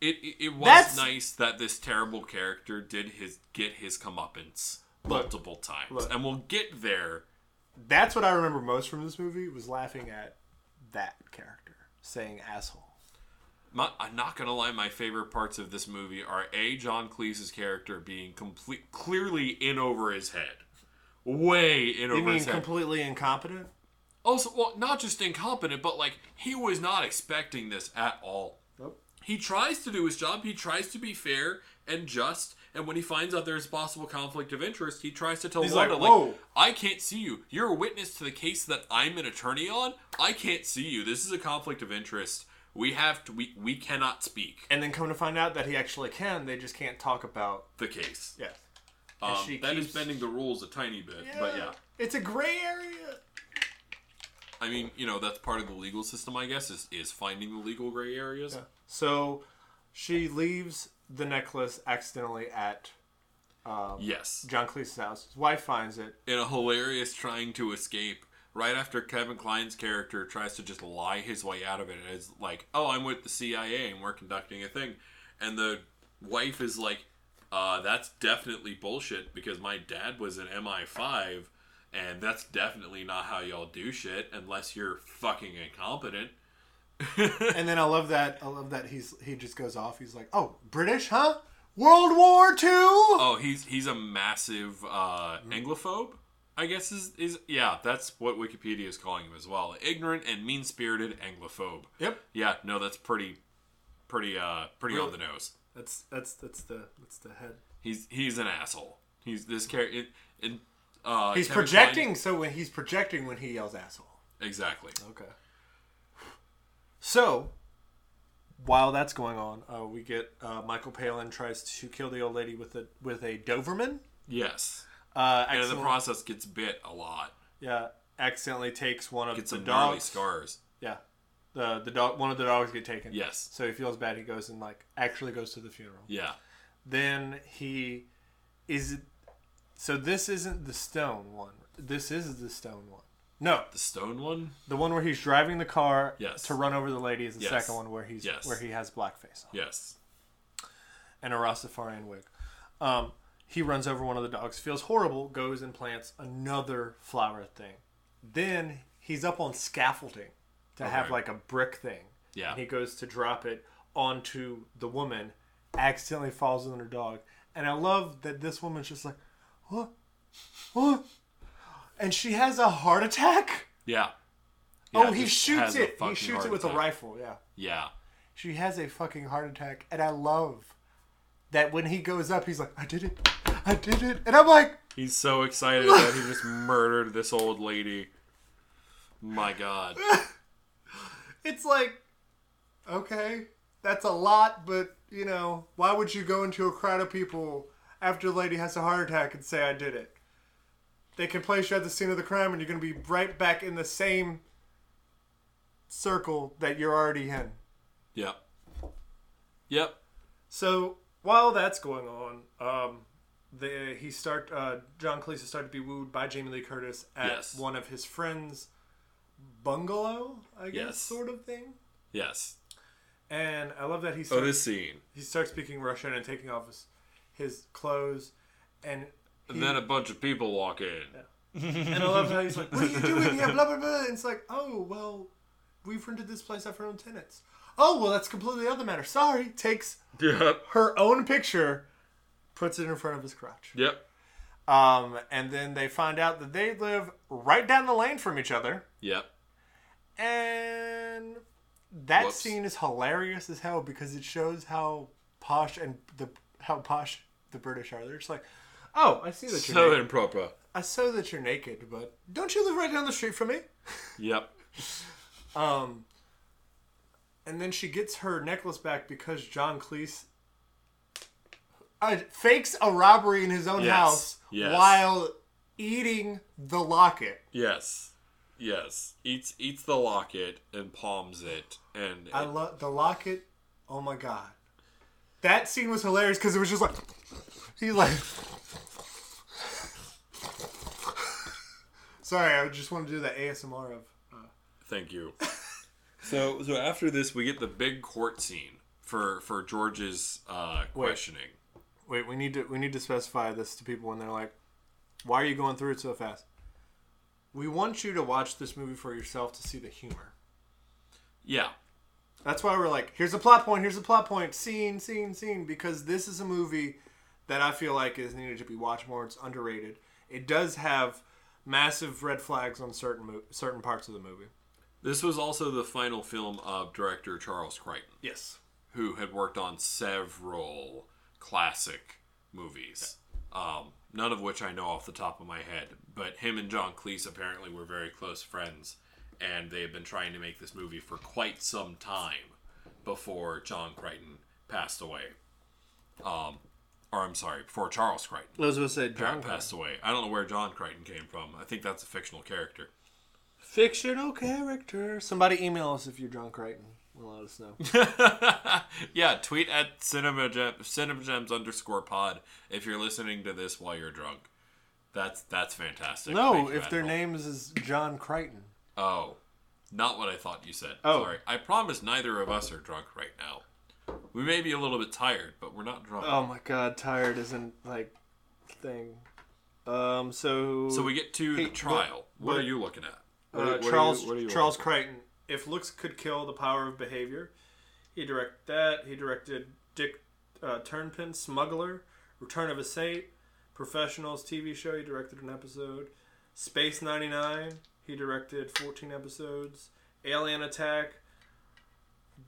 Speaker 3: it, it, it was
Speaker 4: That's-
Speaker 3: nice that this terrible character did his get his comeuppance multiple times,
Speaker 4: look.
Speaker 3: and we'll get there.
Speaker 4: That's what I remember most from this movie was laughing at that character saying asshole.
Speaker 3: My, I'm not gonna lie. My favorite parts of this movie are a John Cleese's character being complete, clearly in over his head, way in
Speaker 4: You
Speaker 3: over
Speaker 4: mean
Speaker 3: his head.
Speaker 4: completely incompetent?
Speaker 3: also, well, not just incompetent, but like he was not expecting this at all.
Speaker 4: Nope.
Speaker 3: he tries to do his job. He tries to be fair and just. And when he finds out there's possible conflict of interest, he tries to tell
Speaker 4: He's
Speaker 3: Wanda,
Speaker 4: like,
Speaker 3: like,
Speaker 4: "Whoa."
Speaker 3: I can't see you. You're a witness to the case that I'm an attorney on. I can't see you. This is a conflict of interest. We have to. We we cannot speak
Speaker 4: And then come to find out that he actually can. They just can't talk about.
Speaker 3: the case.
Speaker 4: Yeah.
Speaker 3: Um,
Speaker 4: she
Speaker 3: that is
Speaker 4: keeps-
Speaker 3: bending the rules a tiny bit, but yeah.
Speaker 4: It's a gray area.
Speaker 3: I mean, you know, that's part of the legal system, I guess, is is finding the legal gray areas.
Speaker 4: So she leaves the necklace accidentally at
Speaker 3: Yes.
Speaker 4: John Cleese's house. His wife finds it.
Speaker 3: in a hilarious trying to escape right after Kevin Klein's character tries to just lie his way out of it and is like, "Oh, I'm with the CIA and we're conducting a thing." And the wife is like, uh, that's definitely bullshit because my dad was in MI5 And that's definitely not how y'all do shit unless you're fucking incompetent.
Speaker 2: And then I love that. I love that he's he just goes off. He's like, "Oh, British, huh? World War Two?
Speaker 3: Oh, he's he's a massive uh, Anglophobe. I guess is is yeah. That's what Wikipedia is calling him as well. Ignorant and mean spirited Anglophobe.
Speaker 4: Yep.
Speaker 3: Yeah. No, that's pretty, pretty, uh, pretty on the
Speaker 4: Really?
Speaker 3: nose.
Speaker 4: That's that's that's the that's the head.
Speaker 3: He's he's an asshole. He's this character. And uh,
Speaker 2: He's
Speaker 3: Kevin
Speaker 2: projecting. So when he's projecting, when he yells asshole.
Speaker 3: Kline- exactly.
Speaker 4: Okay.
Speaker 2: So
Speaker 4: While that's going on, uh, we get uh, Michael Palin tries to kill the old lady with a with a Doberman.
Speaker 3: Yes.
Speaker 4: Uh,
Speaker 3: And in the
Speaker 4: accidentally-
Speaker 3: process, gets bit a lot.
Speaker 4: yeah, accidentally takes one of
Speaker 3: Gets
Speaker 4: the
Speaker 3: some gnarly
Speaker 4: dogs.
Speaker 3: scars.
Speaker 4: Yeah, the the dog one of the dogs get taken.
Speaker 3: Yes.
Speaker 4: So he feels bad. He goes and like actually goes to the funeral.
Speaker 3: Yeah.
Speaker 4: Then he is. So this isn't the stone one. This is the stone one. No,
Speaker 3: The stone one.
Speaker 4: the one where he's driving the car
Speaker 3: Yes.
Speaker 4: to run over the lady is the
Speaker 3: Yes.
Speaker 4: second one where he's
Speaker 3: Yes.
Speaker 4: where he has blackface on
Speaker 3: Yes.
Speaker 4: and a Rastafarian wig. Um, he runs over one of the dogs, feels horrible, goes and plants another flower thing. Then he's up on scaffolding to have
Speaker 3: Okay.
Speaker 4: like a brick thing.
Speaker 3: Yeah.
Speaker 4: And he goes to drop it onto the woman, accidentally falls on her dog. And I love that this woman's just like, what? What?
Speaker 2: and she has a heart attack.
Speaker 3: Yeah.
Speaker 4: oh,
Speaker 3: Yeah,
Speaker 4: he
Speaker 3: just
Speaker 4: shoots
Speaker 3: has a
Speaker 4: it. He
Speaker 3: fucking
Speaker 4: shoots
Speaker 3: heart
Speaker 4: it with a
Speaker 3: attack.
Speaker 4: rifle. Yeah.
Speaker 3: Yeah.
Speaker 2: She has a fucking heart attack, and I love that when he goes up, he's like, "I did it, I did it," and I'm like,
Speaker 3: He's so excited that he just murdered this old lady. My God.
Speaker 2: "It's like, okay, that's a lot, but you know, why would you go into a crowd of people after a lady has a heart attack and say I did it?"
Speaker 4: They can place you at the scene of the crime and you're going to be right back in the same circle that you're already in.
Speaker 3: Yep. Yep.
Speaker 4: So while that's going on, um, the, he start uh, John Cleese has started to be wooed by Jamie Lee Curtis at
Speaker 3: Yes.
Speaker 4: one of his friends' bungalow, I guess,
Speaker 3: Yes.
Speaker 4: sort of thing.
Speaker 3: Yes.
Speaker 4: And I love that he
Speaker 3: Oh,
Speaker 4: starts,
Speaker 3: this scene.
Speaker 4: he starts speaking Russian and taking off his, his clothes, and
Speaker 3: And then a bunch of people walk in.
Speaker 4: and I love how he's like, "What are you doing here?" Blah blah blah. And it's like, "Oh well, we've rented this place out for our own tenants." Oh well, that's completely other matter. Sorry. Takes
Speaker 3: Yep.
Speaker 4: her own picture, puts it in front of his crotch.
Speaker 3: Yep.
Speaker 4: Um, and then they find out that they live right down the lane from each other.
Speaker 3: Yep.
Speaker 4: And that
Speaker 3: Whoops.
Speaker 4: scene is hilarious as hell because it shows how posh and the how posh the British are. They're just like, "Oh, I see that you're
Speaker 3: So
Speaker 4: naked.
Speaker 3: improper.
Speaker 4: I saw that you're naked, but don't you live right down the street from me?"
Speaker 3: Yep.
Speaker 4: Um, and then she gets her necklace back because John Cleese uh, fakes a robbery in his own
Speaker 3: Yes.
Speaker 4: house
Speaker 3: Yes.
Speaker 4: while eating the locket.
Speaker 3: Yes. Yes. Eats eats the locket and palms it and
Speaker 4: I love the locket. Oh my god, that scene was hilarious because it was just like he's like. Sorry, I just wanted to do the ASMR of.
Speaker 3: Thank you. so so after this we get the big court scene for for George's uh questioning.
Speaker 4: Wait, we need to we need to specify this to people when they're like, "Why are you going through it so fast?" We want you to watch this movie for yourself to see the humor.
Speaker 3: Yeah.
Speaker 4: That's why we're like, "Here's a plot point. Here's a plot point. Scene, scene, scene." Because this is a movie that I feel like is needed to be watched more. It's underrated. It does have massive red flags on certain mo- certain parts of the movie.
Speaker 3: This was also the final film of director Charles Crichton.
Speaker 4: Yes.
Speaker 3: who had worked on several classic movies, um, none of which I know off the top of my head. But him and John Cleese apparently were very close friends, and they had been trying to make this movie for quite some time before John Crichton passed away. Um, or I'm sorry, before Charles Crichton
Speaker 4: I was gonna say
Speaker 3: passed away. I don't know where John Crichton came from. I think that's a fictional character.
Speaker 4: fictional character. Somebody email us if you're John Crichton. We'll let us know.
Speaker 3: yeah, tweet at cinema cinemagems underscore pod if you're listening to this while you're drunk. That's that's fantastic. Thank
Speaker 4: no,
Speaker 3: you,
Speaker 4: if their
Speaker 3: Admiral.
Speaker 4: names is John Crichton.
Speaker 3: Oh, not what I thought you said.
Speaker 4: Oh.
Speaker 3: Sorry. I promise neither of us are drunk right now. We may be a little bit tired, but we're not drunk.
Speaker 4: Oh my god, tired isn't like thing. Um, so,
Speaker 3: So we get to
Speaker 4: Hey,
Speaker 3: the trial. What,
Speaker 4: what-
Speaker 3: are you looking at?
Speaker 4: uh,
Speaker 5: what are you-
Speaker 4: Charles
Speaker 5: what are you
Speaker 4: Charles Crichton. If looks could kill, the power of behavior. He directed that. He directed Dick uh, Turnpin, Smuggler, Return of a Saint, Professionals TV show. He directed an episode. Space ninety nine. He directed fourteen episodes. Alien Attack.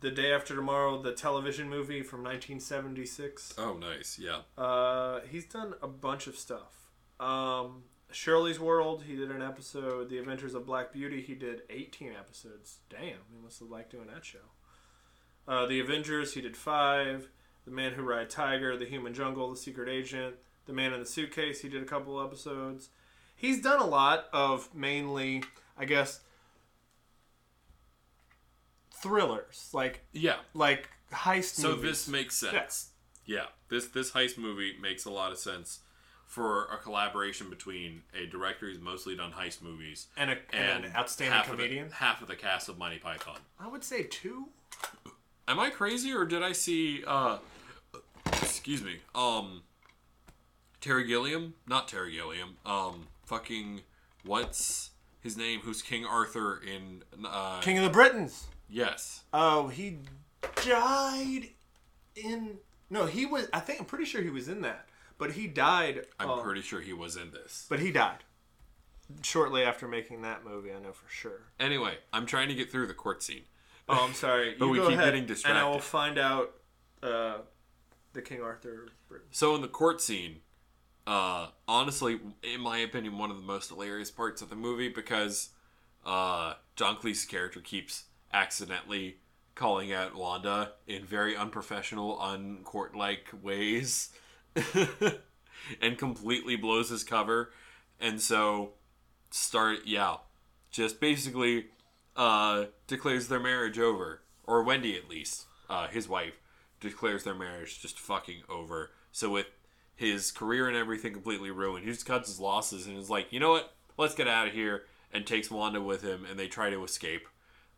Speaker 4: The Day After Tomorrow, the television movie from 1976.
Speaker 3: Oh, nice. Yeah.
Speaker 4: Uh, he's done a bunch of stuff. Um, Shirley's World, he did an episode. The Adventures of Black Beauty, he did 18 episodes. Damn, he must have liked doing that show. Uh, the Avengers, he did five. The Man Who Ride Tiger, The Human Jungle, The Secret Agent, The Man in the Suitcase, he did a couple episodes. He's done a lot of mainly, I guess, thrillers, like
Speaker 3: Yeah.
Speaker 4: like heist
Speaker 3: So
Speaker 4: movies.
Speaker 3: this makes sense. Yeah. This this heist movie makes a lot of sense for a collaboration between a director who's mostly done heist movies
Speaker 4: and, a, and, an outstanding
Speaker 3: half
Speaker 4: comedian.
Speaker 3: Of the, half of the cast of Monty Python.
Speaker 4: I would say two.
Speaker 3: Am I crazy or did I see uh excuse me. Um Terry Gilliam, not Terry Gilliam. Um fucking what's his name who's King Arthur in uh
Speaker 2: King of the Britons.
Speaker 3: yes.
Speaker 4: Oh, he died in. No, he was. I think I'm pretty sure he was in that, but he died.
Speaker 3: I'm
Speaker 4: um,
Speaker 3: pretty sure he was in this.
Speaker 4: But he died shortly after making that movie. I know for sure.
Speaker 3: Anyway, I'm trying to get through the court scene.
Speaker 4: Oh, I'm sorry.
Speaker 3: But
Speaker 4: you
Speaker 3: we
Speaker 4: go
Speaker 3: keep
Speaker 4: ahead,
Speaker 3: getting
Speaker 4: And I will
Speaker 3: distracted.
Speaker 4: find out uh, the King Arthur. Britain.
Speaker 3: So in the court scene, uh, honestly, in my opinion, one of the most hilarious parts of the movie because uh, John Cleese's character keeps accidentally calling out Wanda in very unprofessional, uncourt-like ways, and completely blows his cover. And so, start yeah, just basically uh, declares their marriage over, or Wendy at least, uh, his wife, declares their marriage just fucking over. So with his career and everything completely ruined, he just cuts his losses and is like, you know what, let's get out of here, and takes Wanda with him, and they try to escape.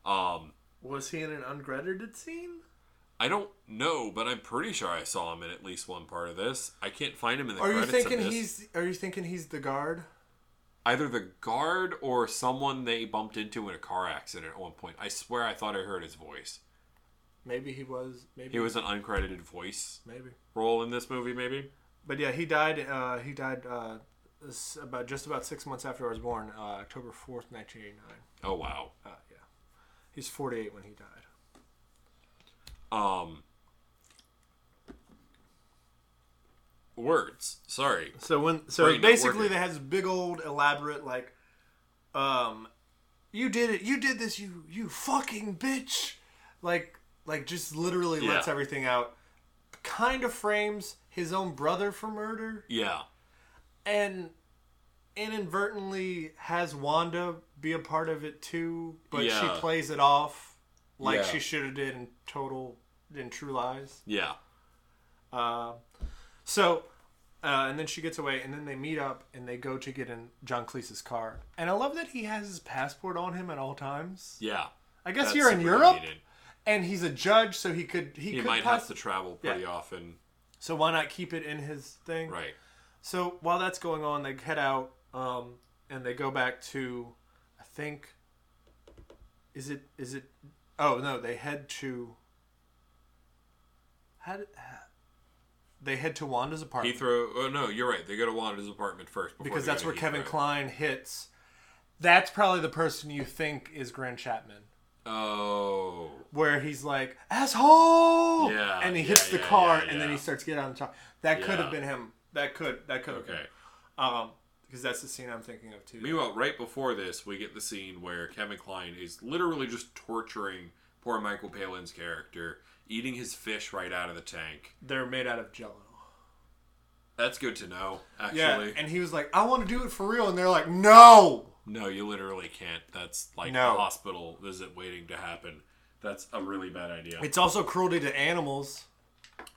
Speaker 3: Um,
Speaker 4: Was he in an uncredited scene?
Speaker 3: I don't know, but I'm pretty sure I saw him in at least one part of this. I can't find him in the
Speaker 4: Are you
Speaker 3: credits of
Speaker 4: thinking
Speaker 3: this.
Speaker 4: he's? Are you thinking he's the guard?
Speaker 3: either the guard or someone they bumped into in a car accident at one point. I swear I thought I heard his voice.
Speaker 4: Maybe he was. Maybe
Speaker 3: He was an uncredited voice
Speaker 4: Maybe.
Speaker 3: role in this movie, maybe.
Speaker 4: But yeah, he died. Uh, he died uh, s- about just about six months after I was born, uh, October fourth, nineteen eighty nine.
Speaker 3: Oh wow.
Speaker 4: Uh, yeah, he's forty eight when he died.
Speaker 3: Um words. Sorry.
Speaker 4: So when so
Speaker 3: Brain not
Speaker 4: basically
Speaker 3: working.
Speaker 4: they had this big old elaborate like, um, you did it, you did this, you you fucking bitch, like like just literally lets
Speaker 3: Yeah.
Speaker 4: everything out. Kind of frames his own brother for murder.
Speaker 3: Yeah.
Speaker 4: and inadvertently has Wanda be a part of it too, but she
Speaker 3: Yeah.
Speaker 4: plays it off like
Speaker 3: Yeah.
Speaker 4: she should have did in total in True Lies.
Speaker 3: Yeah.
Speaker 4: So, uh, and then she gets away, and then they meet up and they go to get in John Cleese's car. And I love that he has his passport on him at all times.
Speaker 3: Yeah.
Speaker 4: I guess
Speaker 3: That's
Speaker 4: you're in
Speaker 3: super
Speaker 4: Europe,
Speaker 3: needed.
Speaker 4: and he's a judge, so he could he,
Speaker 3: He
Speaker 4: could
Speaker 3: might
Speaker 4: poss-
Speaker 3: have to travel pretty
Speaker 4: Yeah.
Speaker 3: often.
Speaker 4: So why not keep it in his thing?
Speaker 3: Right.
Speaker 4: So while that's going on, they head out um, and they go back to, I think, is it is it? Oh no, they head to. How did, ha- they head to Wanda's apartment
Speaker 3: Heathrow oh no, you're right. They go to Wanda's apartment first before
Speaker 4: because
Speaker 3: they go
Speaker 4: that's
Speaker 3: to
Speaker 4: where Kevin
Speaker 3: Heathrow.
Speaker 4: Klein hits. That's probably the person you think is Grand Chapman,
Speaker 3: Oh.
Speaker 4: where he's like asshole,
Speaker 3: Yeah,
Speaker 4: and he
Speaker 3: yeah,
Speaker 4: hits the
Speaker 3: yeah,
Speaker 4: car,
Speaker 3: yeah,
Speaker 4: and then
Speaker 3: yeah.
Speaker 4: he starts getting on the top. That could
Speaker 3: Yeah.
Speaker 4: have been him. That could that could have been
Speaker 3: Okay.
Speaker 4: him. um because that's the scene I'm thinking of too.
Speaker 3: Meanwhile, right before this, we get the scene where Kevin Klein is literally just torturing poor Michael Palin's character, eating his fish right out of the tank.
Speaker 4: They're made out of jello.
Speaker 3: That's good to know, actually.
Speaker 4: Yeah, and he was like, "I want to do it for real," and they're like, "No."
Speaker 3: no, you literally can't. That's like
Speaker 4: No.
Speaker 3: a hospital visit waiting to happen. That's a really bad idea.
Speaker 4: It's also cruelty to animals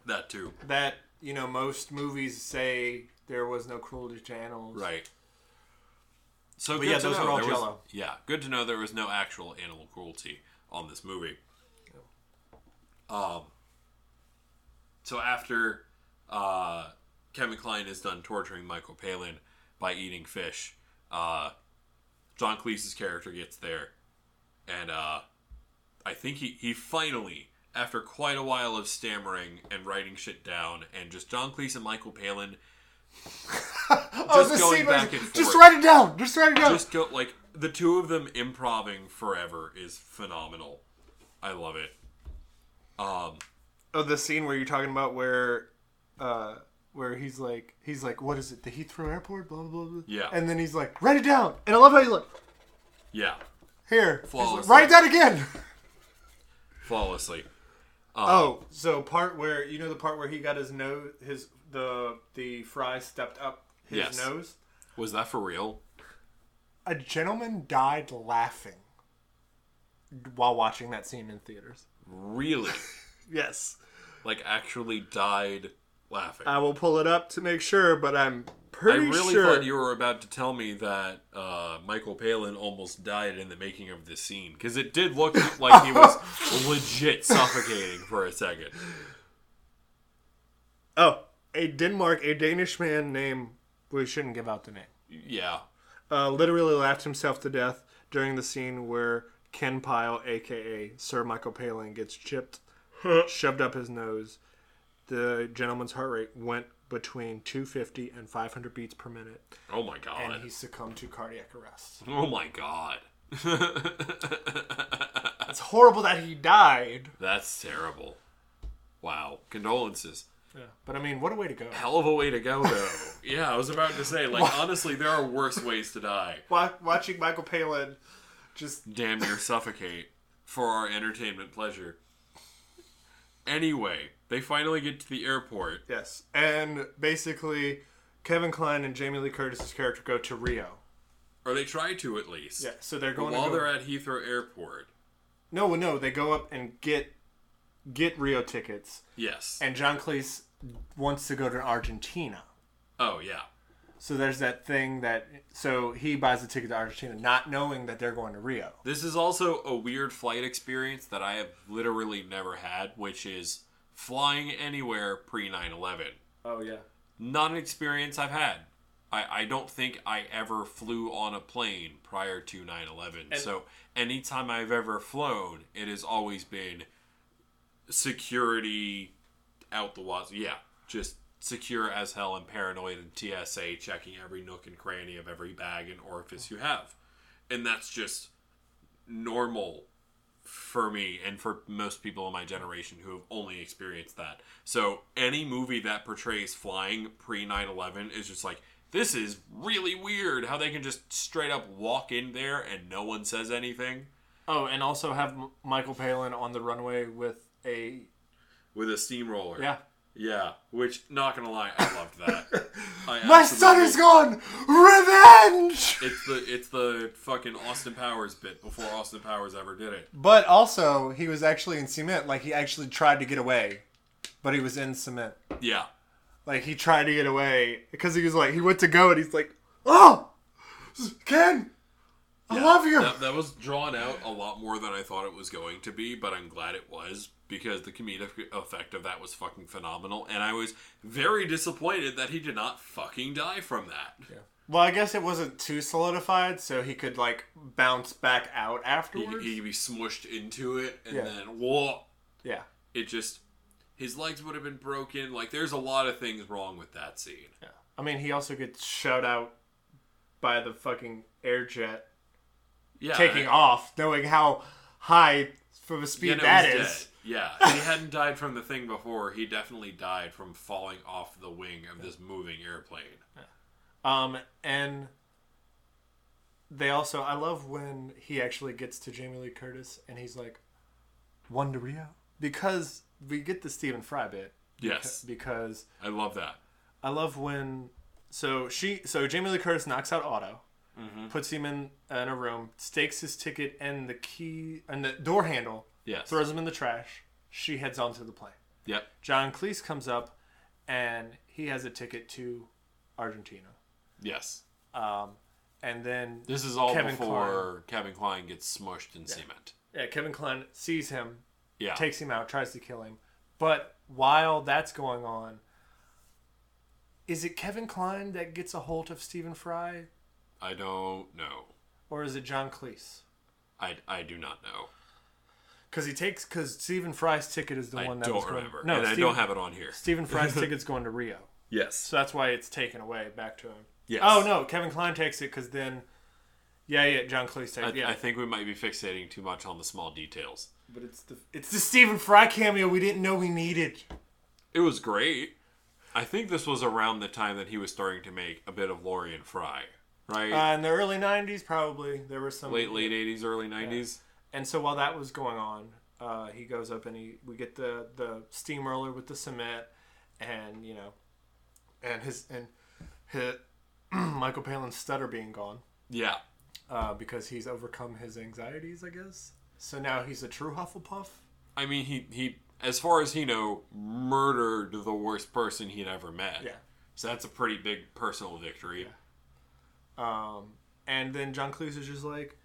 Speaker 3: that too.
Speaker 4: that you know most movies say there was no cruelty to animals.
Speaker 3: Right. So
Speaker 4: But
Speaker 3: good
Speaker 4: yeah,
Speaker 3: to
Speaker 4: those
Speaker 3: know
Speaker 4: were all
Speaker 3: there was-
Speaker 4: Jell-O.
Speaker 3: yeah, good to know there was no actual animal cruelty on this movie. Um. So after uh, Kevin Klein is done torturing Michael Palin, by eating fish. Uh, John Cleese's character gets there, and uh, I think he, he finally, after quite a while of stammering and writing shit down, and just John Cleese and Michael Palin
Speaker 2: oh, this
Speaker 3: going
Speaker 2: scene was-
Speaker 3: back and
Speaker 2: Just
Speaker 3: forth.
Speaker 2: write it down. Just write it down.
Speaker 3: just go like the two of them improving forever is phenomenal. I love it. Um,
Speaker 4: Oh, the scene where you're talking about where, uh, where he's like, he's like, what is it? The Heathrow Airport, blah blah blah. blah.
Speaker 3: Yeah.
Speaker 4: And then he's like, write it down. And I love how you look.
Speaker 3: yeah,
Speaker 4: Here, He's like,
Speaker 3: Flawless.
Speaker 4: write that again.
Speaker 3: flawlessly.
Speaker 4: Oh, so part where you know the part where he got his nose, his the the fry stepped up his
Speaker 3: Yes.
Speaker 4: nose.
Speaker 3: Was that for real?
Speaker 4: A gentleman died laughing while watching that scene in theaters.
Speaker 3: Really?
Speaker 4: Yes.
Speaker 3: like actually died laughing.
Speaker 4: I will pull it up to make sure, but I'm
Speaker 3: I
Speaker 4: pretty
Speaker 3: really
Speaker 4: sure.
Speaker 3: thought you were about to tell me that uh, Michael Palin almost died in the making of this scene because it did look like he was legit suffocating for a second.
Speaker 4: oh, a Denmark, a Danish man named we shouldn't give out the name.
Speaker 3: Yeah,
Speaker 4: Uh, literally laughed himself to death during the scene where Ken Pyle, aka Sir Michael Palin, gets chipped, shoved up his nose. The gentleman's heart rate went between 250 and 500 beats per minute,
Speaker 3: Oh my
Speaker 4: and
Speaker 3: god.
Speaker 4: he succumbed to cardiac arrest.
Speaker 3: Oh my god.
Speaker 4: It's horrible that he died.
Speaker 3: That's terrible. Wow. Condolences.
Speaker 4: Yeah. But I mean, what a way to go.
Speaker 3: Hell of a way to go though. yeah, I was about to say like honestly there are worse ways to die.
Speaker 4: Wa- Watching Michael Palin just
Speaker 3: Damn near suffocate for our entertainment pleasure. Anyway, they finally get to the airport.
Speaker 4: Yes, and basically, Kevin Kline and Jamie Lee Curtis's character go to Rio.
Speaker 3: Or they try to at least.
Speaker 4: Yeah, so they're going.
Speaker 3: While
Speaker 4: to go,
Speaker 3: they're at Heathrow Airport.
Speaker 4: no, no, they go up and get get Rio tickets,
Speaker 3: Yes.
Speaker 4: and John Cleese wants to go to Argentina.
Speaker 3: oh yeah.
Speaker 4: So there's that thing that so he buys a ticket to Argentina, not knowing that they're going to Rio.
Speaker 3: This is also a weird flight experience that I have literally never had, which is flying anywhere pre 9 11.
Speaker 4: Oh yeah.
Speaker 3: Not an experience I've had. I, I don't think I ever flew on a plane prior to 9 11. So anytime I've ever flown, it has always been security out the wazoo. Yeah, just secure as hell and paranoid and TSA checking every nook and cranny of every bag and orifice you have. And that's just normal for me and for most people in my generation who have only experienced that. So any movie that portrays flying pre 9 11 is just like, this is really weird how they can just straight up walk in there and no one says anything
Speaker 4: Oh, and also have M- Michael Palin on the runway with a
Speaker 3: with a steamroller.
Speaker 4: yeah.
Speaker 3: Yeah. Which, not gonna lie, I loved that. I
Speaker 2: My son
Speaker 3: absolutely-
Speaker 2: is gone. Revenge.
Speaker 3: It's the it's the fucking Austin Powers bit before Austin Powers ever did it.
Speaker 4: But also, he was actually in cement. Like he actually tried to get away, but he was in cement.
Speaker 3: Yeah.
Speaker 4: Like he tried to get away because he was like he went to go and he's like, oh, Ken, I
Speaker 3: Yeah.
Speaker 4: love you.
Speaker 3: That, that was drawn out a lot more than I thought it was going to be, but I'm glad it was because the comedic effect of that was fucking phenomenal, and I was very disappointed that he did not fucking die from that.
Speaker 4: Well, I guess it wasn't too solidified, so he could like bounce back out afterwards.
Speaker 3: He, he'd be smushed into it, and
Speaker 4: Yeah.
Speaker 3: then whoa,
Speaker 4: yeah,
Speaker 3: it just his legs would have been broken. Like there's a lot of things wrong with that scene.
Speaker 4: yeah. I mean, he also gets shut out by the fucking air jet
Speaker 3: Yeah,
Speaker 4: taking off, knowing how high for the speed
Speaker 3: no,
Speaker 4: that
Speaker 3: he's
Speaker 4: is.
Speaker 3: dead. Yeah, if he hadn't died from the thing before. He definitely died from falling off the wing of this moving airplane.
Speaker 4: Um, and they also, I love when he actually gets to Jamie Lee Curtis and he's like,
Speaker 2: One to Rio.
Speaker 4: because we get the Stephen Fry bit.
Speaker 3: Yes.
Speaker 4: Because
Speaker 3: I love that.
Speaker 4: I love when, so she, so Jamie Lee Curtis knocks out Otto, puts him in in a room, stakes his ticket and the key and the door handle,
Speaker 3: Yes.
Speaker 4: throws him in the trash. She heads onto the plane.
Speaker 3: Yep.
Speaker 4: John Cleese comes up, and he has a ticket to Argentina.
Speaker 3: Yes.
Speaker 4: Um, and then
Speaker 3: This is all
Speaker 4: Kevin
Speaker 3: before Kevin Klein gets smushed in cement.
Speaker 4: Yeah, Kevin Klein sees him,
Speaker 3: Yeah.
Speaker 4: takes him out, tries to kill him. But while that's going on,
Speaker 2: Is it Kevin Klein that gets a hold of Stephen Fry,
Speaker 3: I don't know.
Speaker 2: or is it John Cleese?
Speaker 3: I, I do not know.
Speaker 2: Because he takes because Stephen Fry's ticket is the
Speaker 3: I
Speaker 2: one that was
Speaker 3: don't
Speaker 2: going.
Speaker 3: remember.
Speaker 2: No,
Speaker 3: and
Speaker 2: Stephen,
Speaker 3: I don't have it on here.
Speaker 2: Stephen Fry's ticket's going to Rio,
Speaker 3: Yes.
Speaker 2: so that's why it's taken away back to him.
Speaker 3: Yes.
Speaker 2: Oh no, Kevin Klein takes it because then, yeah, yeah, John Cleese takes.
Speaker 3: I,
Speaker 2: it. yeah,
Speaker 3: I think we might be fixating too much on the small details.
Speaker 4: But it's the
Speaker 2: it's the Stephen Fry cameo we didn't know we needed.
Speaker 3: It was great. I think this was around the time that he was starting to make a bit of Laurie and Fry, right?
Speaker 2: Uh,
Speaker 4: in the early '90s, probably there was some
Speaker 3: late late eighties, early nineties.
Speaker 4: And so while that was going on, uh, he goes up and he we get the the steamroller with the cement, and you know, and his and his, Michael Palin's stutter being gone
Speaker 3: Yeah.
Speaker 4: uh, because he's overcome his anxieties, I guess. So now he's a true Hufflepuff.
Speaker 3: I mean, he he, as far as he know, murdered the worst person he'd ever met.
Speaker 4: Yeah.
Speaker 3: So that's a pretty big personal victory.
Speaker 4: Um, and then John Cleese is just like,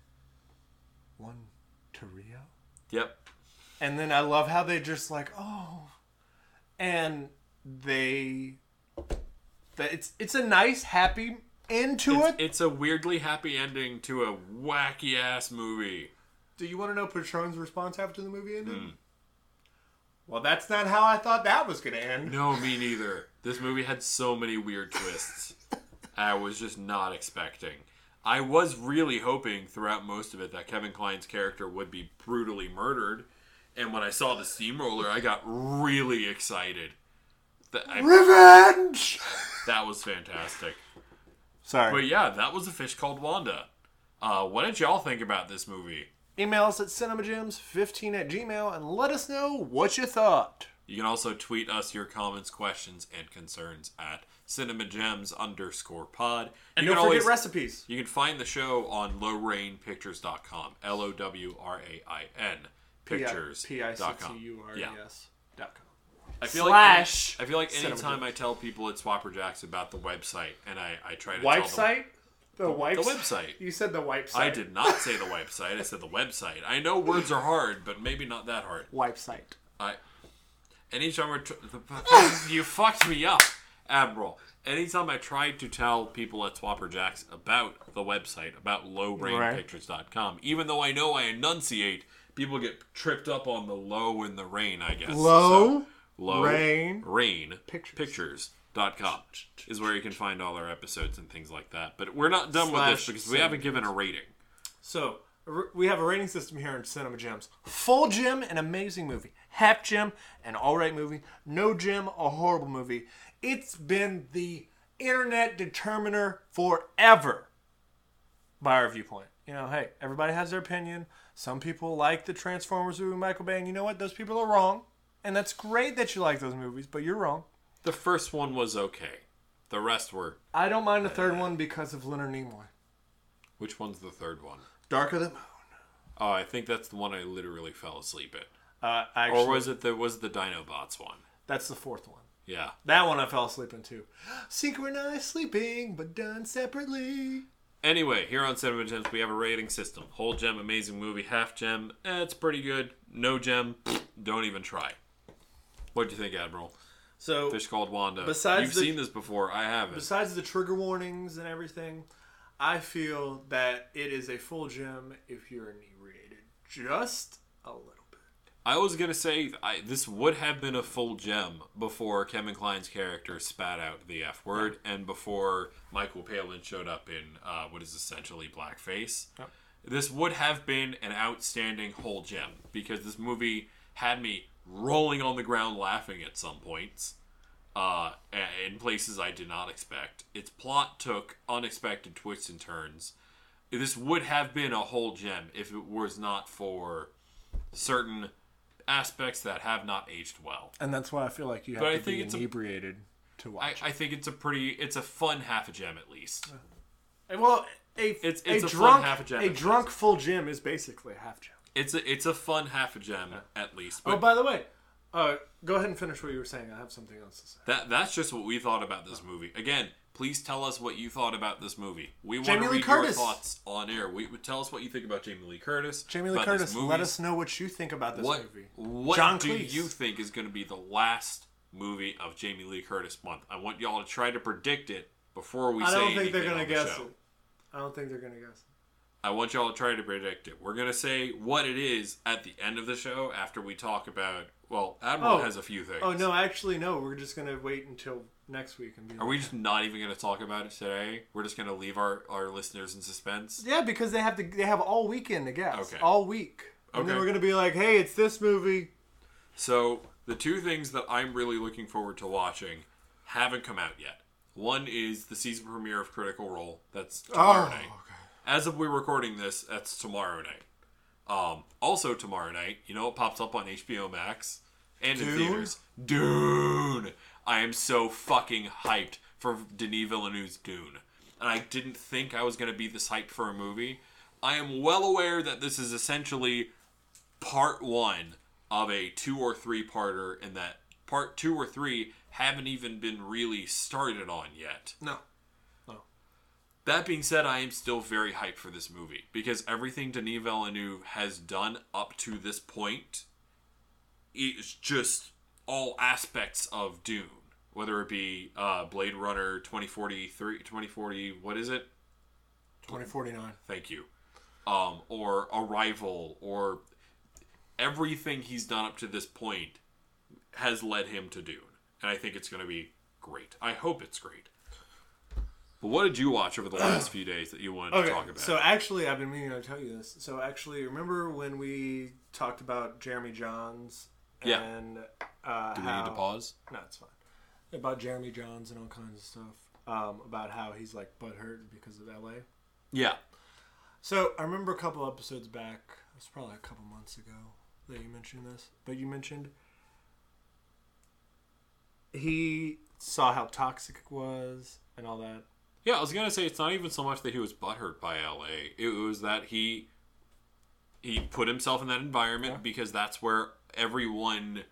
Speaker 2: One to Rio,
Speaker 3: Yep.
Speaker 4: and then I love how they just like, oh, and they that it's it's a nice happy end to it.
Speaker 3: It's, it's a weirdly happy ending to a wacky ass movie.
Speaker 4: Do you want to know Patron's response after the movie ended? Hmm. Well, that's not how I thought that was going to end.
Speaker 3: No, me neither. This movie had so many weird twists. I was just not expecting. I was really hoping throughout most of it that Kevin Klein's character would be brutally murdered, and when I saw the steamroller, I got really excited. That, I,
Speaker 2: revenge.
Speaker 3: that was fantastic.
Speaker 4: Sorry.
Speaker 3: But yeah, that was a fish called Wanda. Uh, what did y'all think about this movie?
Speaker 4: Email us at cinemagems15 at gmail and let us know what you thought.
Speaker 3: You can also tweet us your comments, questions, and concerns at cinemagems underscore pod.
Speaker 4: And
Speaker 3: you
Speaker 4: don't
Speaker 3: can
Speaker 4: forget
Speaker 3: always-
Speaker 4: recipes.
Speaker 3: You can find the show on lowrainpictures.com. L O W R A I N pictures.
Speaker 4: P I C
Speaker 3: dot
Speaker 4: T
Speaker 3: com.
Speaker 4: U R E
Speaker 3: Yeah.
Speaker 4: S dot com.
Speaker 3: I feel
Speaker 2: Slash
Speaker 3: like I feel like
Speaker 4: Cinema
Speaker 3: anytime I tell people at Swapper Jacks about the website and I, I try to
Speaker 4: Wipe
Speaker 3: tell them-
Speaker 4: site? The wipe
Speaker 3: the website.
Speaker 4: You said the wipe site.
Speaker 3: I did not say the website. I said the website. I know words are hard, but maybe not that hard.
Speaker 4: Wipe site.
Speaker 3: I. Anytime we're tr- you fucked me up, Admiral. Anytime I tried to tell people at Swapper Jacks about the website, about lowrainpictures.com, even though I know I enunciate, people get tripped up on the low and the rain, I guess.
Speaker 4: Low
Speaker 3: So, low
Speaker 4: rain
Speaker 3: rain
Speaker 4: pictures.
Speaker 3: pictures.com is where you can find all our episodes and things like that. But we're not done with
Speaker 4: Slash
Speaker 3: this because we haven't given a rating.
Speaker 4: So r- we have a rating system here in Cinema Gems. Full gem, an amazing movie. Half gem, an alright movie. No gem, a horrible movie. It's been the internet determiner forever by our viewpoint. You know, hey, everybody has their opinion. Some people like the Transformers movie, Michael Bay, and you know what? Those people are wrong. And that's great that you like those movies, but you're wrong.
Speaker 3: The first one was okay. The rest were.
Speaker 4: I don't mind the third one because of Leonard Nimoy.
Speaker 3: Which one's the third one?
Speaker 4: Darker than
Speaker 3: Oh, I think that's the one I literally fell asleep at.
Speaker 4: uh, actually,
Speaker 3: Or was it the was it the Dinobots one?
Speaker 4: that's the fourth one.
Speaker 3: Yeah.
Speaker 4: That one I fell asleep into. Synchronized sleeping, but done separately.
Speaker 3: Anyway, here on Cinema Gems, we have a rating system: whole gem, amazing movie; half gem, eh, it's pretty good; no gem, don't even try. What do you think, Admiral?
Speaker 4: So,
Speaker 3: Fish called Wanda.
Speaker 4: Besides
Speaker 3: you've
Speaker 4: the-
Speaker 3: seen this before, I haven't.
Speaker 4: besides the trigger warnings and everything, I feel that it is a full gem if you're inebriated just a little bit.
Speaker 3: I was gonna say I, this would have been a full gem before Kevin Klein's character spat out the F word, and before Michael Palin showed up in uh, what is essentially blackface. This would have been an outstanding whole gem because this movie had me rolling on the ground laughing at some points, uh, a- in places I did not expect. Its plot took unexpected twists and turns. This would have been a whole gem if it was not for certain aspects that have not aged well.
Speaker 2: And that's why I feel like you have
Speaker 3: But I
Speaker 2: to
Speaker 3: think
Speaker 2: be
Speaker 3: it's a-
Speaker 2: inebriated to watch.
Speaker 3: I, I think it's a pretty, it's a fun half a gem at least.
Speaker 4: And Well, a,
Speaker 3: It's-
Speaker 4: a,
Speaker 3: it's a fun
Speaker 4: drunk,
Speaker 3: half a gem,
Speaker 4: a
Speaker 3: at
Speaker 4: drunk full gem is basically a half gem.
Speaker 3: It's a, it's a fun half a gem at least.
Speaker 4: Oh,
Speaker 3: But
Speaker 4: by the way, uh, go ahead and finish what you were saying. I have something else to say.
Speaker 3: that that's just what we thought about this movie. Again, please tell us what you thought about this movie. We want
Speaker 4: Jamie
Speaker 3: to
Speaker 4: Lee
Speaker 3: read
Speaker 4: Curtis.
Speaker 3: your thoughts on air. We tell us what you think about Jamie Lee Curtis.
Speaker 4: Jamie Lee
Speaker 3: about these
Speaker 4: Curtis, let
Speaker 3: movies.
Speaker 4: us know what you think about this
Speaker 3: what
Speaker 4: movie.
Speaker 3: what
Speaker 4: John
Speaker 3: do
Speaker 4: Cleese.
Speaker 3: you think is going to be the last movie of Jamie Lee Curtis month. I want y'all to try to predict it before we
Speaker 4: I
Speaker 3: say
Speaker 4: don't think
Speaker 3: anything
Speaker 4: they're gonna
Speaker 3: on the
Speaker 4: guess
Speaker 3: show.
Speaker 4: it. I don't think they're gonna guess.
Speaker 3: I want y'all to try to predict it. We're gonna say what it is at the end of the show after we talk about. Well, Admiral
Speaker 4: Oh.
Speaker 3: has a few things.
Speaker 4: Oh no, actually no. We're just gonna wait until next week and be.
Speaker 3: Are we just not even gonna talk about it today? We're just gonna leave our, our listeners in suspense.
Speaker 4: Yeah, because they have to. They have all weekend to guess.
Speaker 3: Okay.
Speaker 4: All week. And then
Speaker 3: Okay.
Speaker 4: we're gonna be like, hey, it's this movie.
Speaker 3: So the two things that I'm really looking forward to watching haven't come out yet. One is the season premiere of Critical Role. That's
Speaker 4: Oh,
Speaker 3: tomorrow night. As of we're recording this, that's tomorrow night. Um, also tomorrow night, you know what pops up on HBO Max and in
Speaker 4: Dune?
Speaker 3: theaters? Dune. I am so fucking hyped for Denis Villeneuve's Dune, and I didn't think I was gonna be this hyped for a movie. I am well aware that this is essentially part one of a two or three parter, and that part two or three haven't even been really started on yet.
Speaker 4: No.
Speaker 3: That being said, I am still very hyped for this movie because everything Denis Villeneuve has done up to this point is just all aspects of Dune, whether it be uh, Blade Runner 2043, 2040, what is it?
Speaker 4: 2049.
Speaker 3: Thank you. Um, or Arrival, or everything he's done up to this point has led him to Dune. And I think it's going to be great. I hope it's great. But what did you watch over the last few days that you wanted
Speaker 4: Okay.
Speaker 3: to talk about?
Speaker 4: So actually, I've been meaning to tell you this. So actually, remember when we talked about Jeremy Johns?
Speaker 3: Yeah.
Speaker 4: And uh,
Speaker 3: Do we need to
Speaker 4: how-
Speaker 3: pause?
Speaker 4: No, it's fine. About Jeremy Johns and all kinds of stuff. Um, about how he's like butthurt because of LA.
Speaker 3: Yeah.
Speaker 4: So I remember a couple episodes back. It was probably a couple months ago that you mentioned this, but you mentioned he saw how toxic it was and all that.
Speaker 3: Yeah, I was gonna say it's not even so much that he was butthurt by LA. It was that he he put himself in that environment because that's where everyone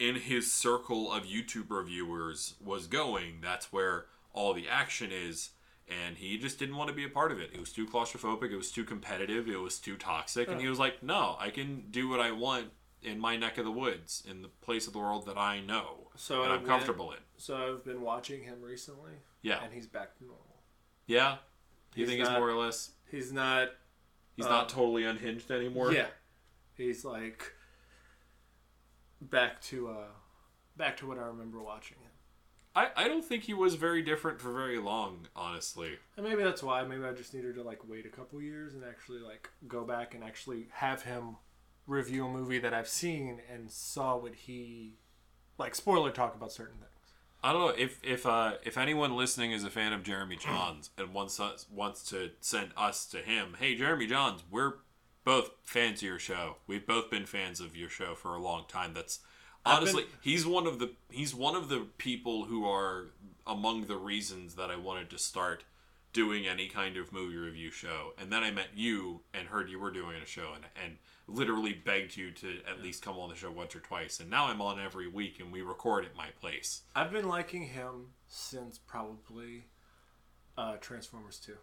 Speaker 3: in his circle of YouTube reviewers was going. That's where all the action is, and he just didn't want to be a part of it. It was too claustrophobic. It was too competitive. It was too toxic. And he was like, "No, I can do what I want in my neck of the woods, in the place of the world that I know,
Speaker 4: So
Speaker 3: and
Speaker 4: I
Speaker 3: I'm
Speaker 4: went-
Speaker 3: comfortable in."
Speaker 4: So I've been watching him recently,
Speaker 3: Yeah,
Speaker 4: and he's back to normal.
Speaker 3: yeah. You
Speaker 4: He's
Speaker 3: think it's
Speaker 4: not-
Speaker 3: more or less
Speaker 4: He's not.
Speaker 3: He's
Speaker 4: Uh,
Speaker 3: not totally unhinged anymore.
Speaker 4: Yeah, he's like back to uh back to what I remember watching him.
Speaker 3: I, I don't think he was very different for very long, honestly.
Speaker 4: And maybe that's why. Maybe I just needed to like wait a couple years and actually like go back and actually have him review a movie that I've seen and saw what he like spoiler talk about certain things.
Speaker 3: I don't know if if uh, if anyone listening is a fan of Jeremy Johns and wants us wants to send us to him. Hey, Jeremy Johns, we're both fans of your show. We've both been fans of your show for a long time. That's honestly, he's one of the he's one of the people who are among the reasons that I wanted to start doing any kind of movie review show. And then I met you and heard you were doing a show and and literally begged you to at least come on the show once or twice. And now I'm on every week and we record at my place.
Speaker 4: I've been liking him since probably uh Transformers 2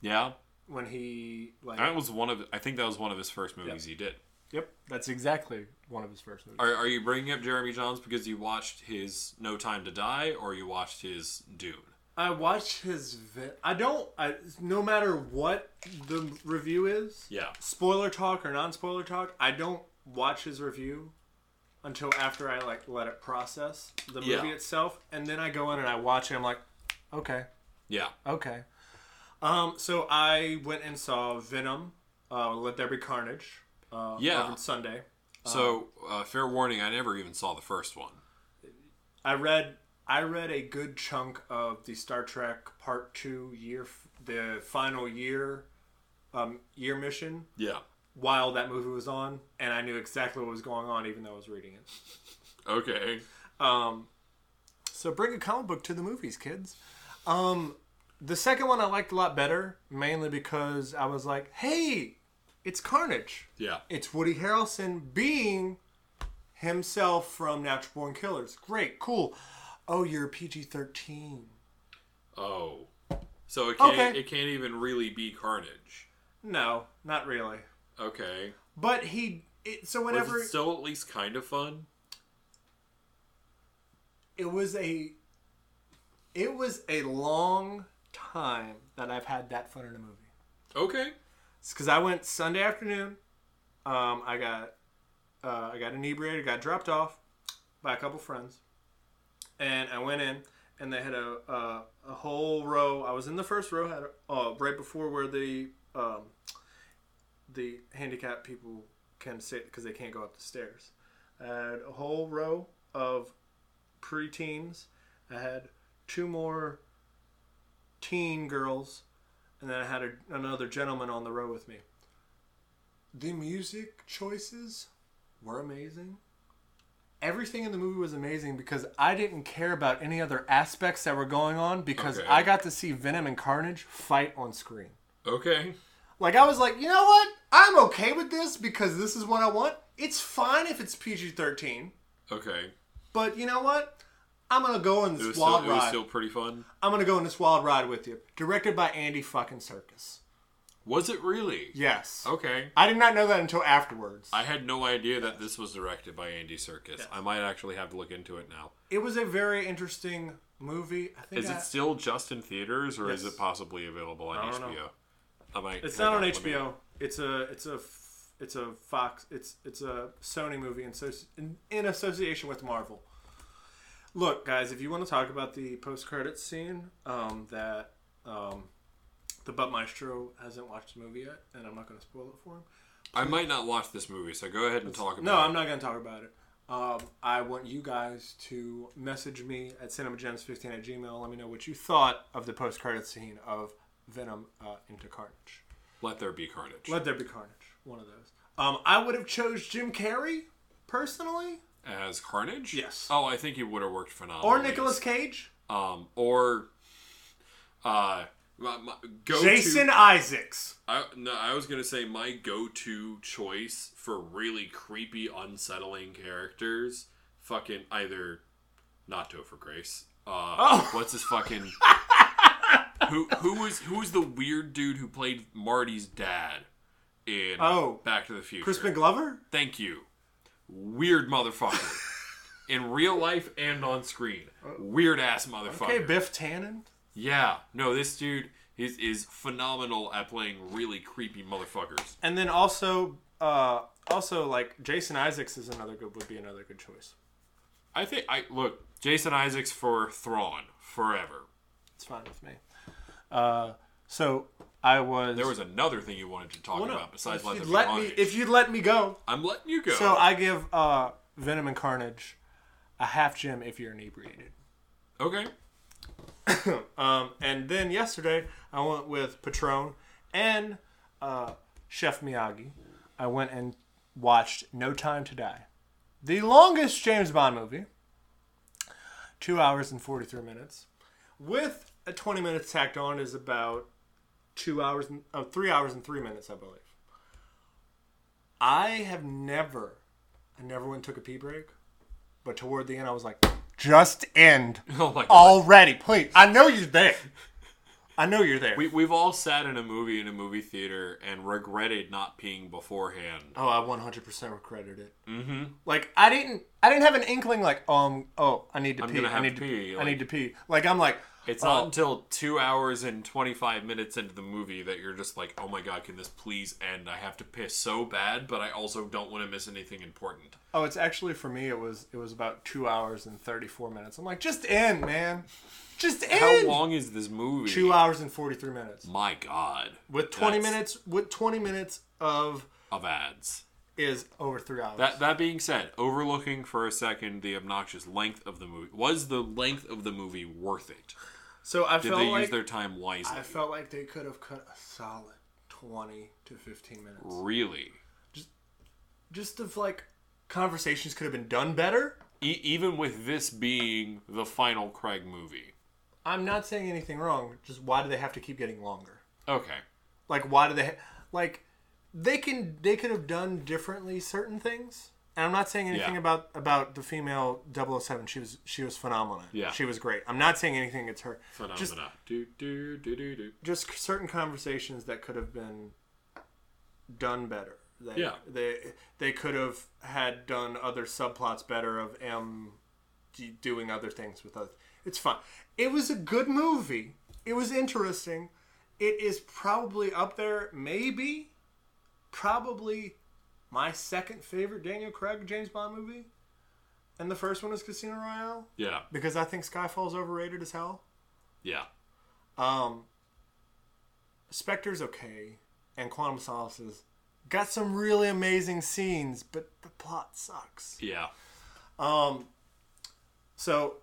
Speaker 3: Yeah.
Speaker 4: when he like
Speaker 3: That was one of. I think that was one of his first movies he did.
Speaker 4: Yep, that's exactly one of his first movies.
Speaker 3: Are, are you bringing up Jeremy Johns because you watched his No Time to Die or you watched his Dune?
Speaker 4: I watch his vi- I don't I no matter what the review is.
Speaker 3: Yeah.
Speaker 4: Spoiler talk or non-spoiler talk, I don't watch his review until after I like let it process the movie
Speaker 3: Yeah.
Speaker 4: itself and then I go in and I watch it I'm like okay,
Speaker 3: Yeah.
Speaker 4: okay. Um so I went and saw Venom, uh Let There Be Carnage, uh
Speaker 3: Yeah.
Speaker 4: on Sunday.
Speaker 3: So uh, fair warning, I never even saw the first one.
Speaker 4: I read I read a good chunk of the Star Trek Part Two year, the final year, um, year mission
Speaker 3: Yeah.
Speaker 4: while that movie was on, and I knew exactly what was going on, even though I was reading it.
Speaker 3: Okay.
Speaker 4: Um, so bring a comic book to the movies, kids. Um, the second one I liked a lot better, mainly because I was like, "Hey, it's Carnage."
Speaker 3: Yeah.
Speaker 4: It's Woody Harrelson being himself from Natural Born Killers. Great, cool. Oh, you're a PG 13.
Speaker 3: Oh. So it can't.
Speaker 4: Okay.
Speaker 3: It can't even really be Carnage.
Speaker 4: No, not really.
Speaker 3: Okay.
Speaker 4: But he. It, so
Speaker 3: Was
Speaker 4: whenever.
Speaker 3: it still at least kind of fun?
Speaker 4: it was a it was a long time that I've had that fun in a movie.
Speaker 3: Okay.
Speaker 4: It's because I went Sunday afternoon. Um, I got uh, I got inebriated, got dropped off by a couple friends, and I went in, and they had a a, a whole row. I was in the first row, had a, uh, right before where the um, the handicapped people can sit because they can't go up the stairs. I had a whole row of pre-teens. I had two more teen girls, and then I had a, another gentleman on the row with me. The music choices were amazing. Everything in the movie was amazing because I didn't care about any other aspects that were going on because
Speaker 3: Okay.
Speaker 4: I got to see Venom and Carnage fight on screen.
Speaker 3: Okay.
Speaker 4: Like I was like, you know what? I'm okay with this because this is what I want. It's fine if it's PG-13,
Speaker 3: Okay.
Speaker 4: but you know what? I'm gonna go on
Speaker 3: It was,
Speaker 4: this
Speaker 3: still,
Speaker 4: wild
Speaker 3: it was
Speaker 4: ride.
Speaker 3: still pretty fun.
Speaker 4: I'm gonna go on this wild ride with you. Directed by Andy fucking Circus.
Speaker 3: Was it really?
Speaker 4: Yes.
Speaker 3: Okay.
Speaker 4: I did not know that until afterwards.
Speaker 3: Oh. I had no idea that this was directed by Andy Serkis. I might actually have to look into it now.
Speaker 4: it was a very interesting movie. I think
Speaker 3: Is
Speaker 4: I-
Speaker 3: it still just in theaters, or is
Speaker 4: Yes.
Speaker 3: it possibly available on
Speaker 4: I
Speaker 3: HBO?
Speaker 4: don't know.
Speaker 3: I might.
Speaker 4: It's
Speaker 3: I
Speaker 4: not on
Speaker 3: don't- let me-
Speaker 4: HBO. It's a it's a f- it's a Fox. It's it's a Sony movie in, so, in, in association with Marvel. Look, guys, if you want to talk about the post credits scene, um, that um, the Butt Maestro hasn't watched the movie yet, and I'm not going to spoil it for him.
Speaker 3: I might not watch this movie, so go ahead and talk about.
Speaker 4: No,
Speaker 3: it.
Speaker 4: I'm not going to talk about it. Um, I want you guys to message me at cinemagems15 at gmail. Let me know what you thought of the post credit scene of Venom uh, into Carnage.
Speaker 3: Let there be carnage.
Speaker 4: Let There Be Carnage, one of those. Um, I would have chose Jim Carrey personally,
Speaker 3: As carnage.
Speaker 4: Yes.
Speaker 3: Oh, I think he would have worked phenomenally.
Speaker 4: or Nicolas Cage,
Speaker 3: Um. Or. Uh. My, my go
Speaker 4: Jason Isaacs.
Speaker 3: I, no, I was gonna say my go-to choice for really creepy, unsettling characters, fucking either not Topher Grace. Uh,
Speaker 4: Oh.
Speaker 3: what's his fucking who? Who was who was the weird dude who played Marty's dad in
Speaker 4: Oh.
Speaker 3: Back to the Future?
Speaker 4: Crispin Glover?
Speaker 3: Thank you, weird motherfucker. in real life and on screen, weird ass motherfucker.
Speaker 4: Uh, Okay, Biff Tannen.
Speaker 3: Yeah, no, this dude is is phenomenal at playing really creepy motherfuckers.
Speaker 4: And then also, uh, also like Jason Isaacs is another good would be another good choice.
Speaker 3: I think I look Jason Isaacs for Thrawn forever.
Speaker 4: It's fine with me. Uh, so I was.
Speaker 3: There was another thing you wanted to talk
Speaker 4: Well, no,
Speaker 3: about besides
Speaker 4: if
Speaker 3: let,
Speaker 4: you'd
Speaker 3: there be
Speaker 4: let me,
Speaker 3: carnage.
Speaker 4: if you'd let me go.
Speaker 3: I'm letting you go.
Speaker 4: So I give uh, Venom and Carnage a half gem if you're inebriated.
Speaker 3: okay,
Speaker 4: Um, and then yesterday, I went with Patron and uh, Chef Miyagi. I went and watched No Time to Die, the longest James Bond movie, two hours and 43 minutes, with a 20 minutes tacked on is about two hours, and, uh, three hours and three minutes, I believe. I have never, I never went and took a pee break, but toward the end, I was like, just end
Speaker 3: oh my god,
Speaker 4: already. Please, I know you're there. I know you're there.
Speaker 3: we we've all sat in a movie in a movie theater and regretted not peeing beforehand.
Speaker 4: oh, I 100% regretted it. Mm-hmm. Like I didn't, I didn't have an inkling like, um, oh, I need to pee.
Speaker 3: gonna
Speaker 4: I
Speaker 3: have
Speaker 4: need
Speaker 3: to pee,
Speaker 4: I
Speaker 3: like-
Speaker 4: need to pee. Like I'm like,
Speaker 3: It's
Speaker 4: oh,
Speaker 3: not until two hours and twenty five minutes into the movie that you're just like, oh my god, can this please end? I have to piss so bad, but I also don't want to miss anything important.
Speaker 4: Oh, it's actually for me. It was, it was about two hours and 34 minutes. I'm like, just end, man. Just
Speaker 3: How
Speaker 4: end.
Speaker 3: long is this movie?
Speaker 4: Two hours and 43 minutes.
Speaker 3: My god,
Speaker 4: With 20
Speaker 3: That's-
Speaker 4: minutes, with 20 minutes of
Speaker 3: of ads.
Speaker 4: is over three hours.
Speaker 3: That that being said, overlooking for a second the obnoxious length of the movie, was the length of the movie worth it?
Speaker 4: so I
Speaker 3: Did
Speaker 4: felt
Speaker 3: they
Speaker 4: like
Speaker 3: use their time wisely?
Speaker 4: I felt like they could have cut a solid 20 to 15 minutes.
Speaker 3: really,
Speaker 4: just of like conversations could have been done better.
Speaker 3: e- even with this being the final Craig movie.
Speaker 4: I'm not saying anything wrong. Just why do they have to keep getting longer?
Speaker 3: Okay,
Speaker 4: Like why do they ha- like they can they could have done differently certain things. And I'm not saying anything
Speaker 3: Yeah.
Speaker 4: about about the female 007. She was she was phenomenal.
Speaker 3: Yeah.
Speaker 4: She was great. I'm not saying anything against her.
Speaker 3: phenomena.
Speaker 4: Just
Speaker 3: do, do, do, do, do.
Speaker 4: just certain conversations that could have been done better. They,
Speaker 3: Yeah.
Speaker 4: They they could have had done other subplots better of M d- doing other things with us. It's fun. It was a good movie. It was interesting. It is probably up there, maybe, probably my second favorite Daniel Craig James Bond movie. And the first one is Casino Royale
Speaker 3: Yeah.
Speaker 4: because I think Skyfall's overrated as hell.
Speaker 3: Yeah.
Speaker 4: Um, Spectre's okay, and Quantum of Solace is got some really amazing scenes, but the plot sucks.
Speaker 3: Yeah.
Speaker 4: Um, so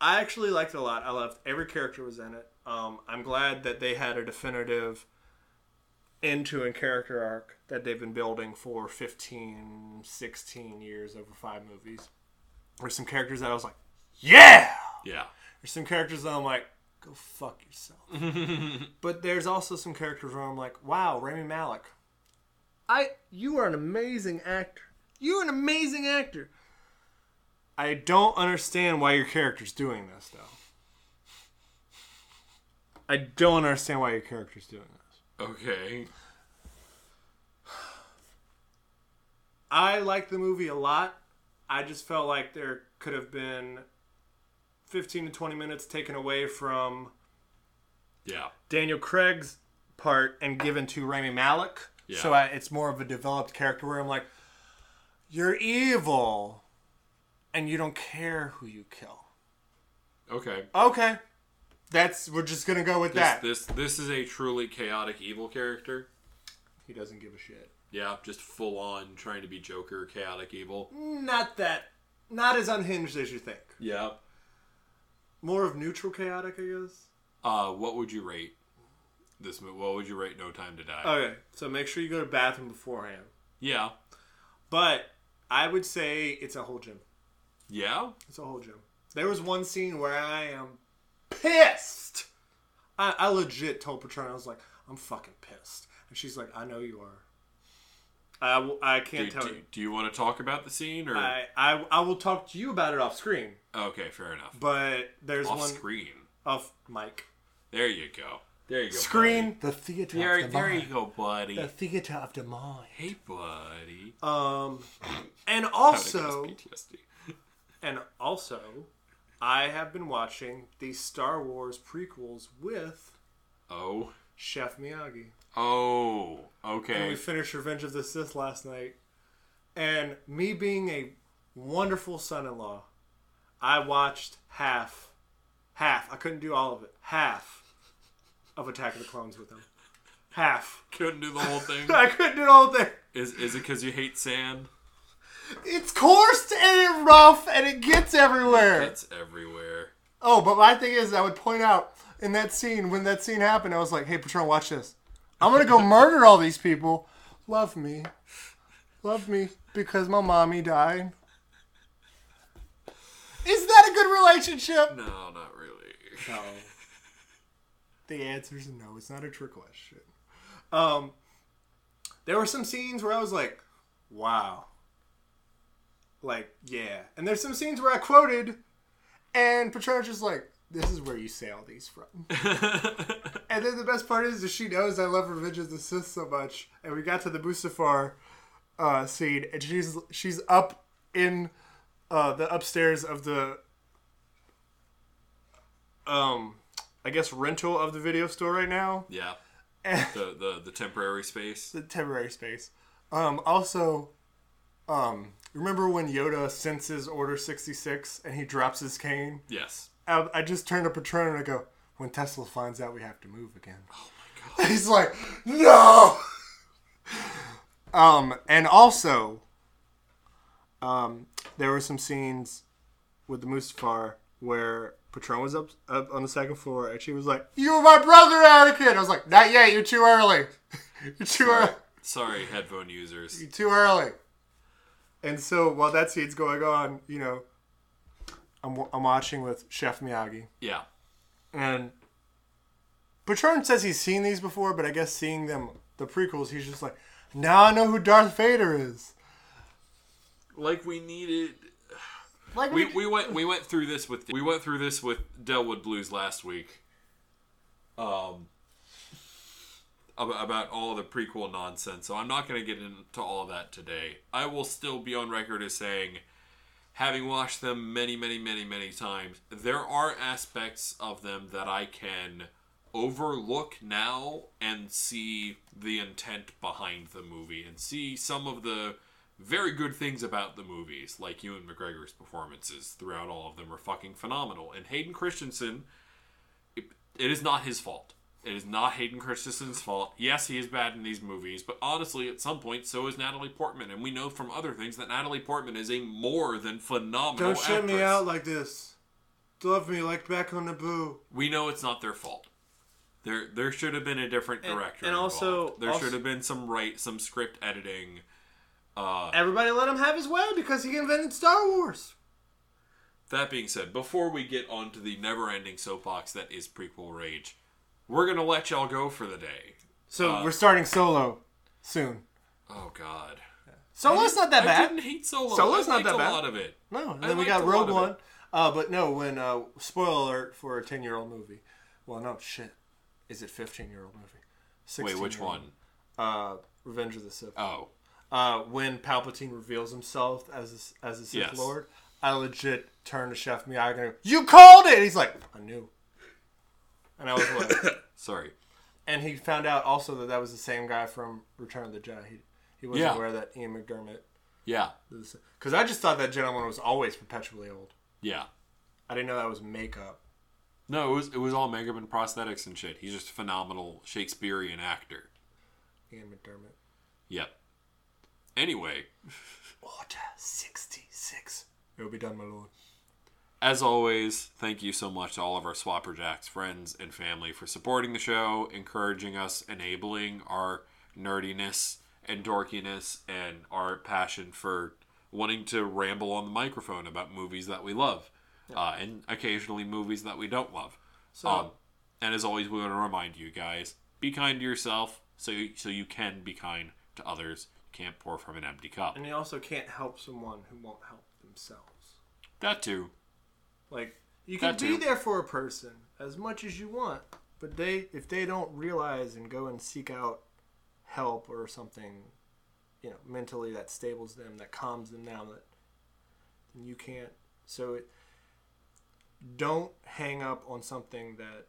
Speaker 4: I actually liked it a lot. I loved every character was in it. Um, I'm glad that they had a definitive end to and character arc that they've been building for 15, 16 years over five movies. There's some characters that I was like, yeah!
Speaker 3: Yeah.
Speaker 4: There's some characters that I'm like, go fuck yourself. but there's also some characters where I'm like, wow, Rami Malik. I you are an amazing actor. You're an amazing actor. I don't understand why your character's doing this though. I don't understand why your character's doing this.
Speaker 3: Okay.
Speaker 4: I liked the movie a lot. I just felt like there could have been 15 to 20 minutes taken away from
Speaker 3: Yeah.
Speaker 4: Daniel Craig's part and given to Rami Malik.
Speaker 3: Yeah.
Speaker 4: So I, it's more of a developed character where I'm like, you're evil, and you don't care who you kill.
Speaker 3: Okay.
Speaker 4: Okay, that's we're just gonna go with
Speaker 3: This,
Speaker 4: that.
Speaker 3: this this is a truly chaotic evil character.
Speaker 4: He doesn't give a shit.
Speaker 3: Yeah, just full on trying to be Joker, chaotic evil.
Speaker 4: Not that, not as unhinged as you think.
Speaker 3: Yeah.
Speaker 4: More of neutral chaotic, I guess.
Speaker 3: Uh, what would you rate this movie? What would you rate No Time to Die?
Speaker 4: Okay, so make sure you go to bathroom beforehand.
Speaker 3: yeah.
Speaker 4: But I would say it's a whole gym.
Speaker 3: Yeah.
Speaker 4: It's a whole gym. There was one scene where I am pissed. I, I legit told Patrona, I was like, I'm fucking pissed. And she's like, I know you are. I, w- I
Speaker 3: Do,
Speaker 4: can't tell
Speaker 3: do,
Speaker 4: you.
Speaker 3: do you want to talk about the scene or?
Speaker 4: I, I, I will talk to you about it off screen,
Speaker 3: okay, fair enough.
Speaker 4: but there's
Speaker 3: Off
Speaker 4: one
Speaker 3: screen.
Speaker 4: off mic.
Speaker 3: There you go. There you go. buddy.
Speaker 4: Screen.
Speaker 2: The theater
Speaker 3: There,
Speaker 2: of the
Speaker 3: there you
Speaker 2: mind.
Speaker 3: go, buddy.
Speaker 2: The theater of the mind.
Speaker 3: Hey, buddy.
Speaker 4: Um,
Speaker 3: How did I
Speaker 4: and
Speaker 3: get
Speaker 4: also,
Speaker 3: this PTSD?
Speaker 4: and also, I have been watching the Star Wars prequels with
Speaker 3: Oh.
Speaker 4: Chef Miyagi.
Speaker 3: Oh.
Speaker 4: and we
Speaker 3: Okay.
Speaker 4: finished Revenge of the Sith last night. And me being a wonderful son-in-law, I watched half, half. I couldn't do all of it. Half of Attack of the Clones with him. Half.
Speaker 3: Couldn't do the whole thing.
Speaker 4: I couldn't do the whole thing.
Speaker 3: Is is it because you hate sand?
Speaker 4: It's coursed and it's rough and it gets everywhere.
Speaker 3: It's everywhere.
Speaker 4: Oh, but my thing is, I would point out in that scene when that scene happened, I was like, "Hey, Patron, watch this. I'm gonna go murder all these people. Love me, love me, because my mommy died." Is that a good relationship?
Speaker 3: No, not really.
Speaker 4: No. the answer is no. It's not a trick question. Um, there were some scenes where I was like, "Wow." Like, yeah. And there's some scenes where I quoted, and Petrarch is like, "This is where you sail these from." and then the best part is, that she knows I love Revenge of the Sith so much, and we got to the Mustafar uh, scene, and she's she's up in uh, the upstairs of the um, I guess rental of the video store right now.
Speaker 3: yeah. The, the the temporary space.
Speaker 4: the temporary space. Um, also, um, remember when Yoda senses Order 66 and he drops his cane?
Speaker 3: Yes.
Speaker 4: I, I just turned to Patron and I go, when Tesla finds out we have to move again. Oh my god. He's like, no! um, and also, um, there were some scenes with the Mustafar where Patron was up, up on the second floor and she was like, You were my brother, Anakin! I was like, Not yet, you're too early. you're too early
Speaker 3: Sorry, headphone users.
Speaker 4: too early. And so while that scene's going on, you know, I'm, I'm watching with Chef Miyagi.
Speaker 3: Yeah.
Speaker 4: And Patron says he's seen these before, but I guess seeing them, the prequels, he's just like, now I know who Darth Vader is.
Speaker 3: Like we needed.
Speaker 4: Like,
Speaker 3: We, we went we went through this with we went through this with Delwood Blues last week. Um. ab- About all the prequel nonsense, so I'm not going to get into all of that today. I will still be on record as saying having watched them many, many, many, many times, there are aspects of them that I can overlook now and see the intent behind the movie and see some of the very good things about the movies. Like Ewan McGregor's performances throughout all of them are fucking phenomenal. And Hayden Christensen, it, it is not his fault. It is not Hayden Christensen's fault. Yes, he is bad in these movies, but honestly, at some point, so is Natalie Portman, and we know from other things that Natalie Portman is a more than phenomenal
Speaker 4: Don't shut me
Speaker 3: actress.
Speaker 4: out like this. Love me like back on the boo.
Speaker 3: We know it's not their fault. There, there should have been a different
Speaker 6: And-
Speaker 3: director.
Speaker 6: and also-
Speaker 3: involved. there
Speaker 6: also-
Speaker 3: should have been some right, some script editing. Uh,
Speaker 6: Everybody let him have his way because he invented Star Wars.
Speaker 3: That being said, before we get on to the never-ending soapbox that is prequel rage, we're gonna let y'all go for the day.
Speaker 4: So we're starting solo soon.
Speaker 3: Oh God,
Speaker 6: Solo's not that
Speaker 3: I
Speaker 6: bad.
Speaker 3: didn't hate Solo.
Speaker 6: Solo's
Speaker 3: I
Speaker 6: not
Speaker 3: liked
Speaker 6: that
Speaker 3: a
Speaker 6: bad.
Speaker 3: lot of it.
Speaker 4: No, and
Speaker 3: I
Speaker 4: then we
Speaker 3: liked
Speaker 4: got
Speaker 3: a
Speaker 4: Rogue
Speaker 3: lot of it.
Speaker 4: One. Uh, but no, when uh, spoiler alert for a ten-year-old movie. Well, no shit. Is it fifteen-year-old movie? 16
Speaker 3: Wait, which one?
Speaker 4: Uh, Revenge of the Sith.
Speaker 3: Oh,
Speaker 4: Uh, when Palpatine reveals himself as a, as a Sith
Speaker 3: Yes.
Speaker 4: Lord, I legit turned to Chef Miyagi and I go, "You called it!" And he's like, "I knew." And I was like,
Speaker 3: sorry.
Speaker 4: and he found out also that that was the same guy from Return of the Jedi. He, he wasn't
Speaker 3: Yeah.
Speaker 4: aware that Ian McDermott.
Speaker 3: Yeah,
Speaker 4: Because I just thought that gentleman was always perpetually old.
Speaker 3: yeah.
Speaker 4: I didn't know that was makeup.
Speaker 3: No, it was it was all Megaman prosthetics and shit. He's just a phenomenal Shakespearean actor.
Speaker 4: Ian McDermott.
Speaker 3: Yep. Anyway,
Speaker 4: Order 66. It will be done, my lord.
Speaker 3: As always, thank you so much to all of our Swapper Jacks friends and family for supporting the show, encouraging us, enabling our nerdiness and dorkiness, and our passion for wanting to ramble on the microphone about movies that we love, uh, and occasionally movies that we don't love. um, and as always, we want to remind you guys: be kind to yourself, so you, so you can be kind to others. You can't pour from an empty cup.
Speaker 6: And you also can't help someone who won't help themselves.
Speaker 3: That too.
Speaker 6: Like you can
Speaker 3: That
Speaker 6: be
Speaker 3: too.
Speaker 6: there for a person as much as you want, but they if they don't realize and go and seek out help or something, you know, mentally that stables them, that calms them down, that then you can't. So it don't hang up on something that.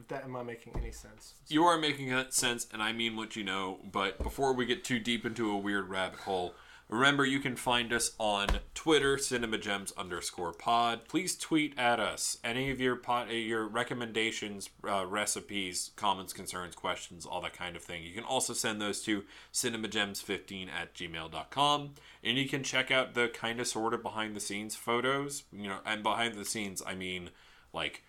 Speaker 6: If that am I making any sense?
Speaker 3: you are making sense, and I mean what you know. But before we get too deep into a weird rabbit hole, remember you can find us on Twitter, cinemagems underscore pod. Please tweet at us any of your pod, uh, your recommendations, uh, recipes, comments, concerns, questions, all that kind of thing. You can also send those to cinemagems15 at gmail.com. And you can check out the kind of sort of behind the scenes photos. You know, and behind the scenes, I mean like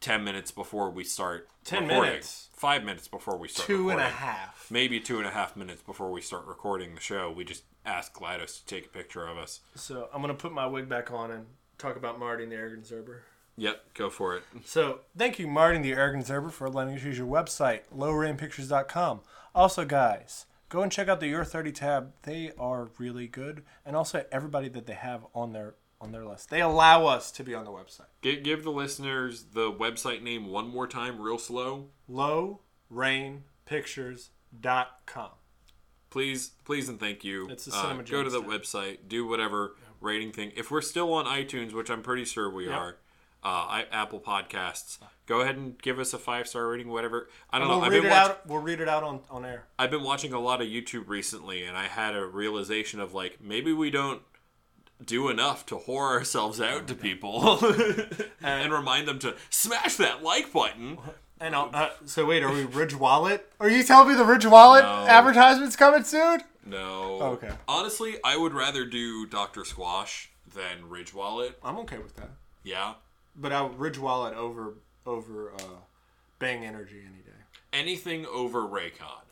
Speaker 3: 10 minutes before we start
Speaker 6: 10
Speaker 3: recording.
Speaker 6: minutes.
Speaker 3: five minutes before we start
Speaker 6: Two and a
Speaker 3: recording.
Speaker 6: half.
Speaker 3: maybe two and a half minutes before we start recording the show we just ask glados to take a picture of us
Speaker 6: So I'm gonna put my wig back on and talk about Marty and the Arrogant Zerber.
Speaker 3: yep go for it
Speaker 6: So
Speaker 4: Thank you, Martin the Arrogant Server, for letting us use your website, lowrainpictures.com. Also, guys, go and check out the Your 30 tab. They are really good. And also everybody that they have on their on their list. They allow us to be on the website.
Speaker 3: G- give the listeners the website name one more time real slow
Speaker 4: Lowrainpictures.com.
Speaker 3: please please and thank you
Speaker 4: It's the
Speaker 3: uh,
Speaker 4: Cinema
Speaker 3: go to
Speaker 4: Gems
Speaker 3: the
Speaker 4: tab.
Speaker 3: website do whatever rating thing if we're still on itunes which i'm pretty sure we are uh, I, apple podcasts go ahead and give us a five star rating whatever i don't
Speaker 4: We'll
Speaker 3: know i've
Speaker 4: read,
Speaker 3: been
Speaker 4: it
Speaker 3: watching
Speaker 4: out, we'll read it out on, on air.
Speaker 3: I've been watching a lot of YouTube recently, and I had a realization of like maybe we don't do enough to whore ourselves out to people and remind them to smash that like button.
Speaker 4: And I'll, uh, so wait, are we Ridge Wallet? Are you telling me the Ridge Wallet
Speaker 3: No.
Speaker 4: advertisement's coming soon?
Speaker 3: No.
Speaker 4: Oh, Okay.
Speaker 3: Honestly, I would rather do Doctor Squash than Ridge Wallet.
Speaker 4: I'm okay with that.
Speaker 3: Yeah.
Speaker 4: But I Ridge Wallet over over uh, Bang Energy any day.
Speaker 3: Anything over Raycon.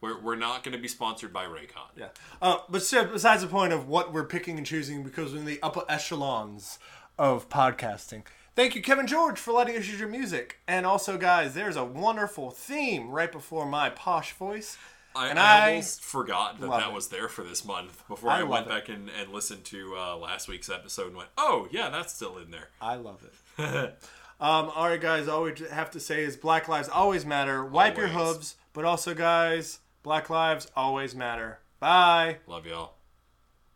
Speaker 3: We're, we're not going to be sponsored by Raycon.
Speaker 4: Yeah. Uh, but so besides the point of what we're picking and choosing, because we're in the upper echelons of podcasting. Thank you, Kevin George, for letting us use your music. And also, guys, there's a wonderful theme right before my posh voice.
Speaker 3: I,
Speaker 4: And
Speaker 3: I
Speaker 4: I
Speaker 3: almost forgot that
Speaker 4: love
Speaker 3: that
Speaker 4: it.
Speaker 3: was there for this month before
Speaker 4: I
Speaker 3: I, went
Speaker 4: love it.
Speaker 3: back and, and listened to uh, last week's episode and went, oh, yeah, that's still in there.
Speaker 4: I love it. um, all right, guys. All we have to say is Black Lives always matter. Wipe your
Speaker 3: Always.
Speaker 4: hooves, but also, guys, Black Lives always matter. Bye.
Speaker 3: Love y'all.